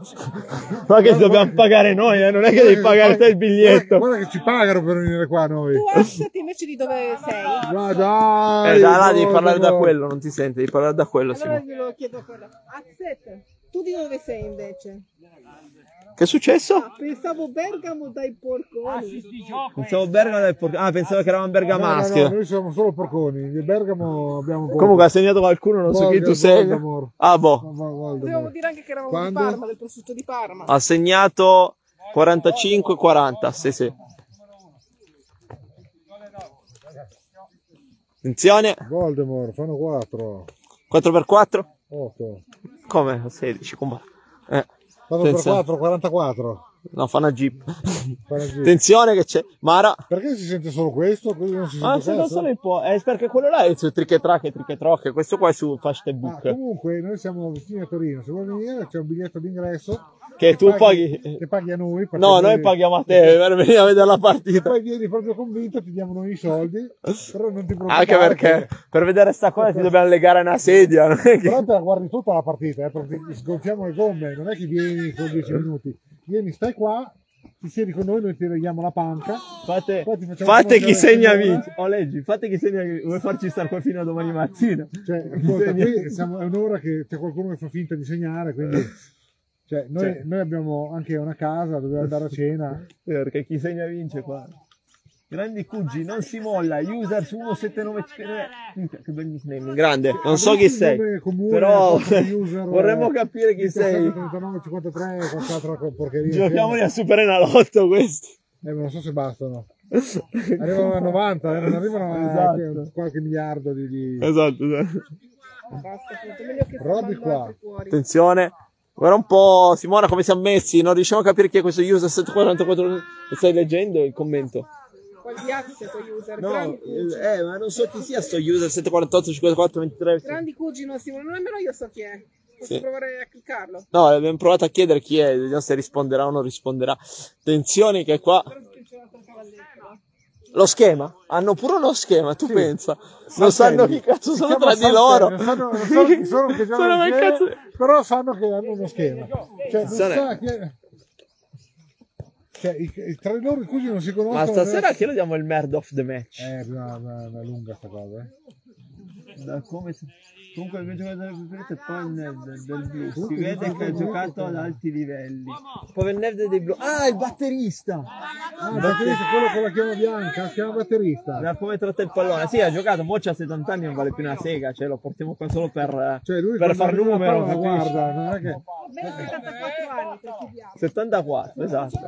C: Ma che dobbiamo pagare noi, eh? non è che devi pagare te il biglietto.
A: Guarda che ci pagano per venire qua noi.
D: Tu alzati invece di dove sei.
A: Ma dai,
C: Eh, da là devi
A: no,
C: parlare da
A: no.
C: quello, non ti senti, devi parlare da quello,
D: Allora
C: Simone.
D: glielo chiedo a quello. Azzette, tu di dove sei invece?
C: Che è successo?
D: Ah, pensavo Bergamo dai
A: Ah,
D: porconi.
E: Di gioco.
C: Pensavo Bergamo del Por- Ah, pensavo che eravamo
A: No, no,
C: bergamaschi.
A: no, noi siamo solo porconi. Di Bergamo abbiamo poco.
C: Comunque ha segnato qualcuno, non so chi tu
A: Voldemort,
C: sei.
A: Voldemort.
C: Ah, boh.
A: Va- Voldemort.
D: Dovevamo dire anche che eravamo
A: Quando?
D: di Parma, del prosciutto di Parma.
C: Ha segnato 45-40, sì sì. Attenzione,
A: Voldemort, fanno 4,
C: 4x4?
A: 8.
C: Come? 16, com'è? Eh,
A: Fanno per
C: Attenzione.
A: 4, 44.
C: no, fa una jeep.
A: Fare giro.
C: Attenzione che c'è Mara.
A: Perché si sente solo questo? Così non si
C: Ah,
A: sente
C: se non
A: questo?
C: solo il po'. Eh, perché quello là è su trichetrache, trichetroche. Questo qua è su
A: Ah,
C: Facebook.
A: comunque noi siamo vicini a Torino, se vuoi venire c'è un biglietto d'ingresso
C: Che tu paghi-
A: che paghi a noi. perché
C: No, noi paghiamo a te per venire a vedere la partita.
A: Poi vieni proprio convinto, ti diamo noi i soldi, però non ti preoccupare.
C: Anche perché per vedere sta cosa ti dobbiamo legare a una sedia. non è che-
A: Però te la guardi tutta la partita, eh, perché ti sgonfiamo le gomme, non è che vieni con
C: *laughs*
A: 10 minuti, vieni, stai qua, ti siedi con noi, noi ti regaliamo la panca.
C: Fate,
A: Poi ti facciamo
C: fate chi
A: conoscere
C: segna
A: la signora.
C: vince. O leggi, fate chi segna vince. Vuoi farci stare qua fino a domani mattina?
A: Cioè, ascolta, qui siamo- è un'ora che c'è qualcuno che fa finta di segnare, quindi cioè, noi,
C: Cioè.
A: noi abbiamo anche una casa, dobbiamo andare a cena.
C: Perché chi segna vince qua. Grandi Cuggi, non si molla, user su 1795. Minchia, Che bel nickname, grande. Non so chi sei,
A: Nome comune,
C: però
A: porta user,
C: *laughs* vorremmo
A: eh,
C: capire chi sei.
A: 39, 53 e qualche altra co- porcheria.
C: Giochiamoli a Super Enalotto questi.
A: Eh, ma non so se bastano. Arrivano a 90, eh, non arrivano a
C: Esatto.
A: qualche miliardo di... di...
C: Esatto.
D: Basta, appunto, meglio che
A: Robby
D: stiamo
A: qua.
D: altri fuori.
C: Attenzione. Guarda un po', Simona, come siamo messi. Non riusciamo a capire chi è questo user 744. Stai leggendo il commento?
D: Quali azze tuoi user?
C: No,
D: Grandi cugi.
C: eh, ma non so chi sia sto user 748 54 23.
D: Grandi cugi non si vuole, nemmeno io so chi è. Posso
C: Sì.
D: provare a cliccarlo?
C: No, abbiamo provato a chiedere chi è, vediamo se risponderà o non risponderà. Attenzione che qua
D: eh.
C: lo schema, hanno pure uno schema, tu pensa. Non sanno chi cazzo sono tra di loro.
A: Non sanno, non sanno chi sono,
C: *laughs*
A: che giorno
C: Sono
A: è,
C: nel cazzo-
A: però sanno che hanno uno schema. Cioè, non
C: Attenzione.
A: sa chi è- Cioè, i, i- tra loro i cugini non si conoscono.
C: Ma stasera che lo diamo il merd of the match?
A: Eh, una, una, una lunga sta cosa, eh.
C: Da come- Comunque il mio giocatore preferito è Paul Nerd del blu. Si vede che ha giocato ad alti livelli. Paul Nerd dei blu. Ah, il batterista!
A: Ah, il batterista, quello con la chioma bianca, si chiama batterista.
C: Da come tratta il pallone? Sì, ha giocato, mo c'ha 70 anni, non vale più una sega, cioè lo portiamo qua solo per, eh,
A: Cioè, lui
C: per
A: quando
C: far
A: arriva la
C: numero.
A: palla,
C: capisci?
A: guarda, non è che...
D: Meno 74 anni, per chiudiamo.
C: 74, esatto.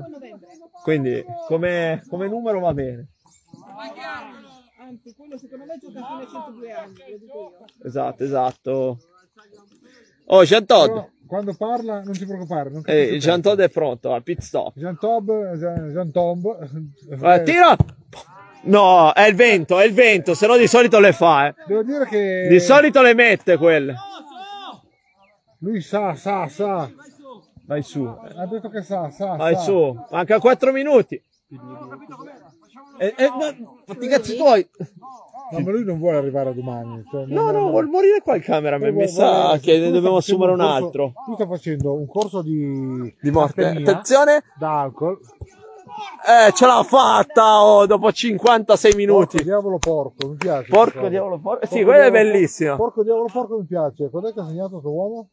C: Quindi come, come numero va bene.
D: Anzi, quello secondo me gioca fino ai 102 anni, lo dico io.
C: Esatto, esatto. Oh, Jean Todd.
A: Però, quando parla, non ti preoccupare. Non capisce
C: Eh,
A: bene.
C: Jean Todd è pronto al pit stop.
A: Jean Tob, Jean, Jean Tomb. Eh.
C: Guarda, tira! No, è il vento, è il vento, se no di solito le fa. eh.
A: Devo dire che
C: Di solito le mette quelle.
A: lui sa, sa, sa.
C: Vai su,
A: Ha detto che sa, sa.
C: vai
A: sa.
C: su. Manca 4 minuti. Eh, eh, no, fatti i cazzi tuoi.
A: No, ma lui non vuole arrivare a domani. cioè, non-
C: No, no,
A: non-
C: vuol morire qua il cameraman. Mi
A: vuole-
C: sa
A: vuole-
C: che
A: cioè, lui
C: ne
A: sta
C: dobbiamo
A: facendo
C: assumere un
A: corso-
C: altro.
A: Lui sta facendo un corso di,
C: Di morte.
A: caffeina
C: Attenzione.
A: da alcol.
C: Eh, ce l'ha fatta oh, dopo 56
A: Porco
C: minuti.
A: diavolo porco, mi piace. questa
C: Porco
A: cosa.
C: diavolo, porco. Sì,
A: Porco
C: quella è
A: diavolo-
C: bellissima.
A: Porco diavolo porco mi piace. Cos'è che ha segnato questo uomo?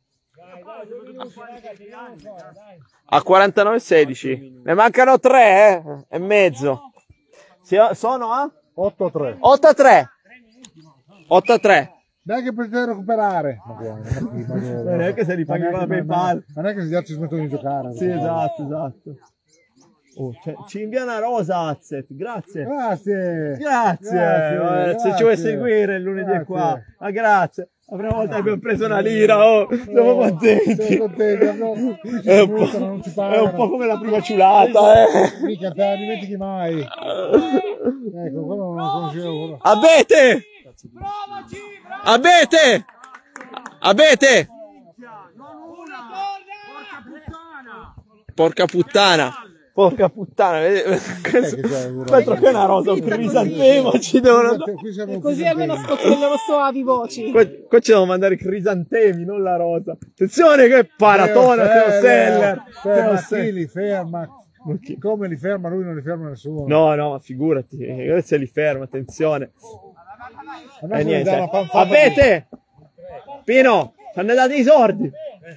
C: A 49,16. Ne mancano 3, eh? E mezzo. Sì, sono a
A: 8 a 3.
C: 8 a 3. 8 a 3.
A: Neanche per te recuperare. Ma buono,
C: *laughs*
A: ma chi- ma-
C: Ma neanche se li paghi
A: ma neanche-
C: con la
A: ma-
C: PayPal.
A: Ma neanche se gli altri smettono di giocare.
C: Sì, esatto, esatto. Oh, c'è- ci invia una rosa Azet, grazie.
A: Grazie.
C: Grazie,
A: Grazie,
C: eh, se ci
A: grazie.
C: vuoi seguire il lunedì è qua.
A: Grazie.
C: Ma grazie. La prima volta che abbiamo preso una lira,
A: Eh,
C: oh, siamo
A: Sono
C: contenti.
A: contento, no? Ci
C: È un,
A: sfruttano, non ci
C: po',
A: pagano.
C: è un po' come la prima ciulata, eh.
A: Mica te la dimentichi mai. Ecco, quello non lo conoscevo. quello.
C: Abete! Abete! Abete! Porca puttana! Porca puttana! vedi-
A: Eh, che c'è, Uro?
C: Altro che una rosa, un crisantemo ci devono andare.
A: Qui siamo
D: Così almeno
A: contenti.
D: scoppellano soavi voci.
C: Qua, qua ci devono mandare i crisantemi, non la rosa. Attenzione che paratona, Teo Seller! Teo
A: Ferma, chi
C: Seller!
A: li ferma?
C: Ma chi-
A: Come li ferma lui non li ferma nessuno.
C: No, no, ma figurati, eh, se li ferma, attenzione.
A: A me
C: Eh,
A: mi
C: niente.
A: dà una panzata
C: Avete? Pino, ci hanno dato i sordi.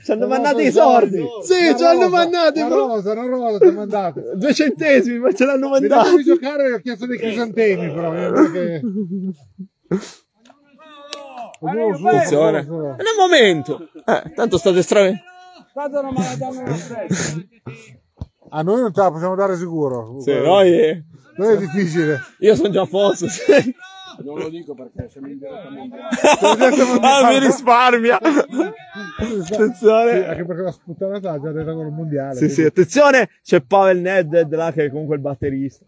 C: Ci hanno mandato i sordi. Sì,
A: Una
C: ci hanno
A: rosa,
C: mandati.
A: Una
C: bro.
A: rosa, una rosa, ti ho mandato.
C: Due centesimi, ma ce l'hanno
A: Mi devi
C: mandati.
A: giocare ho chiesto dei crisantemi però. eh,
C: *laughs*
A: Perché... Ognuno il suo,
C: Attenzione.
A: ognuno il
C: Nel momento. Eh, tanto state strane.
A: suo. A Ah, noi non te la possiamo dare sicuro.
C: Sì, noi... eh,
A: Noi è
C: *laughs*
A: difficile.
C: Io sono già a posto. sì.
E: Non lo dico perché se mi indirettamente.
C: ah, mi risparmia.
A: Sì,
C: Attenzione.
A: anche perché la sputtanata ha già detto con il mondiale.
C: Sì, sì,
A: quindi
C: attenzione. C'è Pavel Nedved là che è comunque il batterista.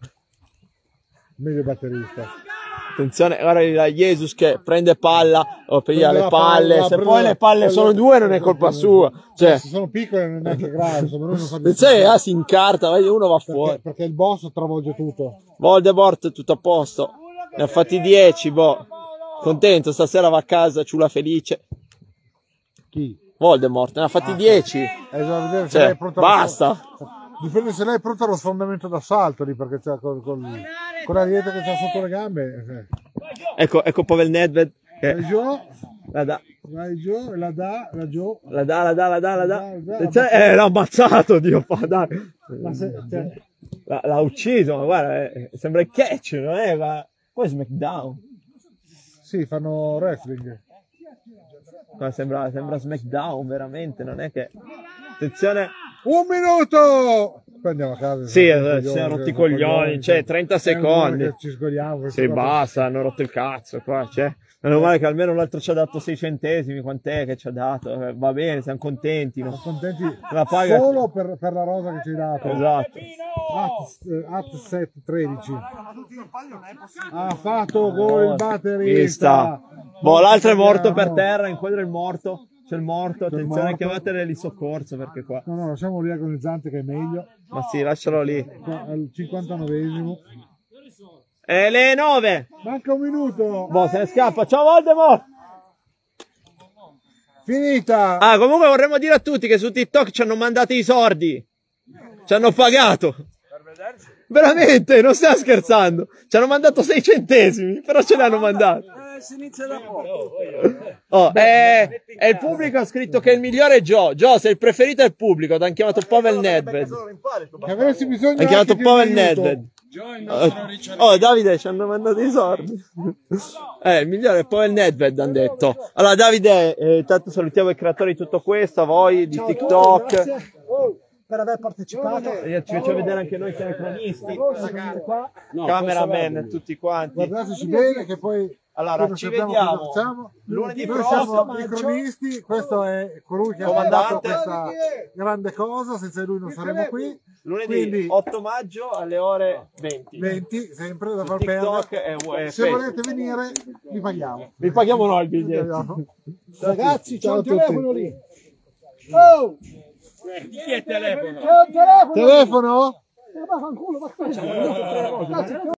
A: Meglio batterista.
C: Attenzione, guarda lì, là, Jesus che prende palla, o piglia
A: Prende
C: le
A: la
C: palle,
A: palla,
C: se
A: prende
C: poi
A: la-
C: le palle
A: prende-
C: sono due non è colpa sua. Cioè,
A: Se sono piccole non è neanche grave, insomma, noi non
C: *laughs*
A: so
C: non sai, ah, si incarta, vai, uno va
A: perché,
C: fuori.
A: perché il boss travolge tutto.
C: Voldemort tutto a posto, ne ha fatti 10, boh. Contento, stasera va a casa, ciula felice.
A: Chi?
C: Voldemort, ne ha fatti 10.
A: Eh, bisogna vedere se lei
C: Cioè,
A: è pronta allo-
C: basta.
A: Dipende se lei è pronta allo sfondamento d'assalto lì, perché c'è col, col, con la dieta che c'ha sotto le
C: Eh.
A: gambe.
C: Ecco, ecco Pavel Nedved.
A: eh.
C: che
A: Vai giù,
C: la dà,
A: vai giù, la dà, la giù.
C: la dà, la dà, la dà, la dà. Attenzione, eh, l'ha ammazzato, Dio fa, dai.
A: Ma se,
C: Eh,
A: cioè,
C: L'ha, l'ha ucciso, ma guarda, eh, sembra il catch, non è? Ma... Poi SmackDown.
A: sì, fanno wrestling.
C: Ma sembra, sembra SmackDown, veramente, non è che... Attenzione!
A: Un minuto! Poi andiamo a casa.
C: Sì,
A: siamo
C: eh,
A: coglioni,
C: siamo rotti i
A: siamo
C: coglioni, cioè, 30
A: Siamo coglioni
C: secondi.
A: che Ci sgoliamo.
C: Sì, basta, hanno rotto il cazzo qua, cioè. Meno male che almeno l'altro ci ha dato 6 centesimi, quant'è che ci ha dato? Eh, Va bene, siamo contenti, no?
A: Siamo contenti
C: La paga-
A: solo per, per la rosa che ci hai dato.
C: Esatto.
A: At, eh, at 7 13.
C: Ah,
A: Ha fatto gol il batterista.
C: Vista. Boh, l'altro è morto per
A: Vediamo.
C: terra, inquadra il morto. C'è il morto,
A: il
C: attenzione,
A: morto.
C: chiamatele lì soccorso perché qua.
A: No, no, lasciamo lì agonizzante che è meglio.
C: Ma sì, lascialo lì.
A: Qua, Al 59esimo.
C: E Eh, le 9!
A: Manca un minuto.
C: Boh, se ne scappa. Ciao Voldemort!
A: Finita.
C: Ah, comunque vorremmo dire a tutti che su TikTok ci hanno mandato i sordi. Ci hanno pagato. Veramente, non stiamo scherzando. Ci hanno mandato 6 centesimi, però ce l'hanno mandato. Oh, eh, e il pubblico ha scritto che il migliore è Joe. Joe, se il preferito è il pubblico, ti hanno chiamato Pavel Nedved.
A: Che avresti bisogno
C: Hai chiamato
A: anche di un
C: Pavel
A: aiuto.
C: Nedved. Oh, Davide, ci hanno mandato i sordi. *laughs* Eh, il migliore è Pavel Nedved, hanno detto. Allora, Davide, eh, intanto salutiamo i creatori di tutto questo, a voi, di
B: Ciao a tutti,
C: TikTok.
B: grazie oh, per aver partecipato.
C: Eh, Ci facciamo vedere anche noi telecronisti,
B: Voi siete qua.
C: cameraman, tutti quanti.
A: Guardateci bene che poi
C: Allora,
A: poi
C: ci
A: sappiamo
C: vediamo
A: cosa facciamo.
C: lunedì
A: Noi
C: prossimo.
A: siamo i cronisti, questo è colui che ha mandato
C: Comandante.
A: questa grande cosa, senza di lui non saremmo qui.
C: Lunedì
A: Quindi
C: 8 maggio alle ore 20.
A: 20 sempre da
C: Su
A: far
C: TikTok
A: perdere.
C: e- e
A: Se
C: Facebook.
A: volete venire vi paghiamo.
C: Vi paghiamo noi il
A: Vi
C: biglietto.
A: paghiamo.
B: Ragazzi, c'è
A: Ciao a
B: un
A: tutti.
B: telefono lì. Oh,
E: Chi è telefono?
B: c'è un telefono!
A: Telefono?
B: Ma fanculo, ma cosa c'è? Cazzo,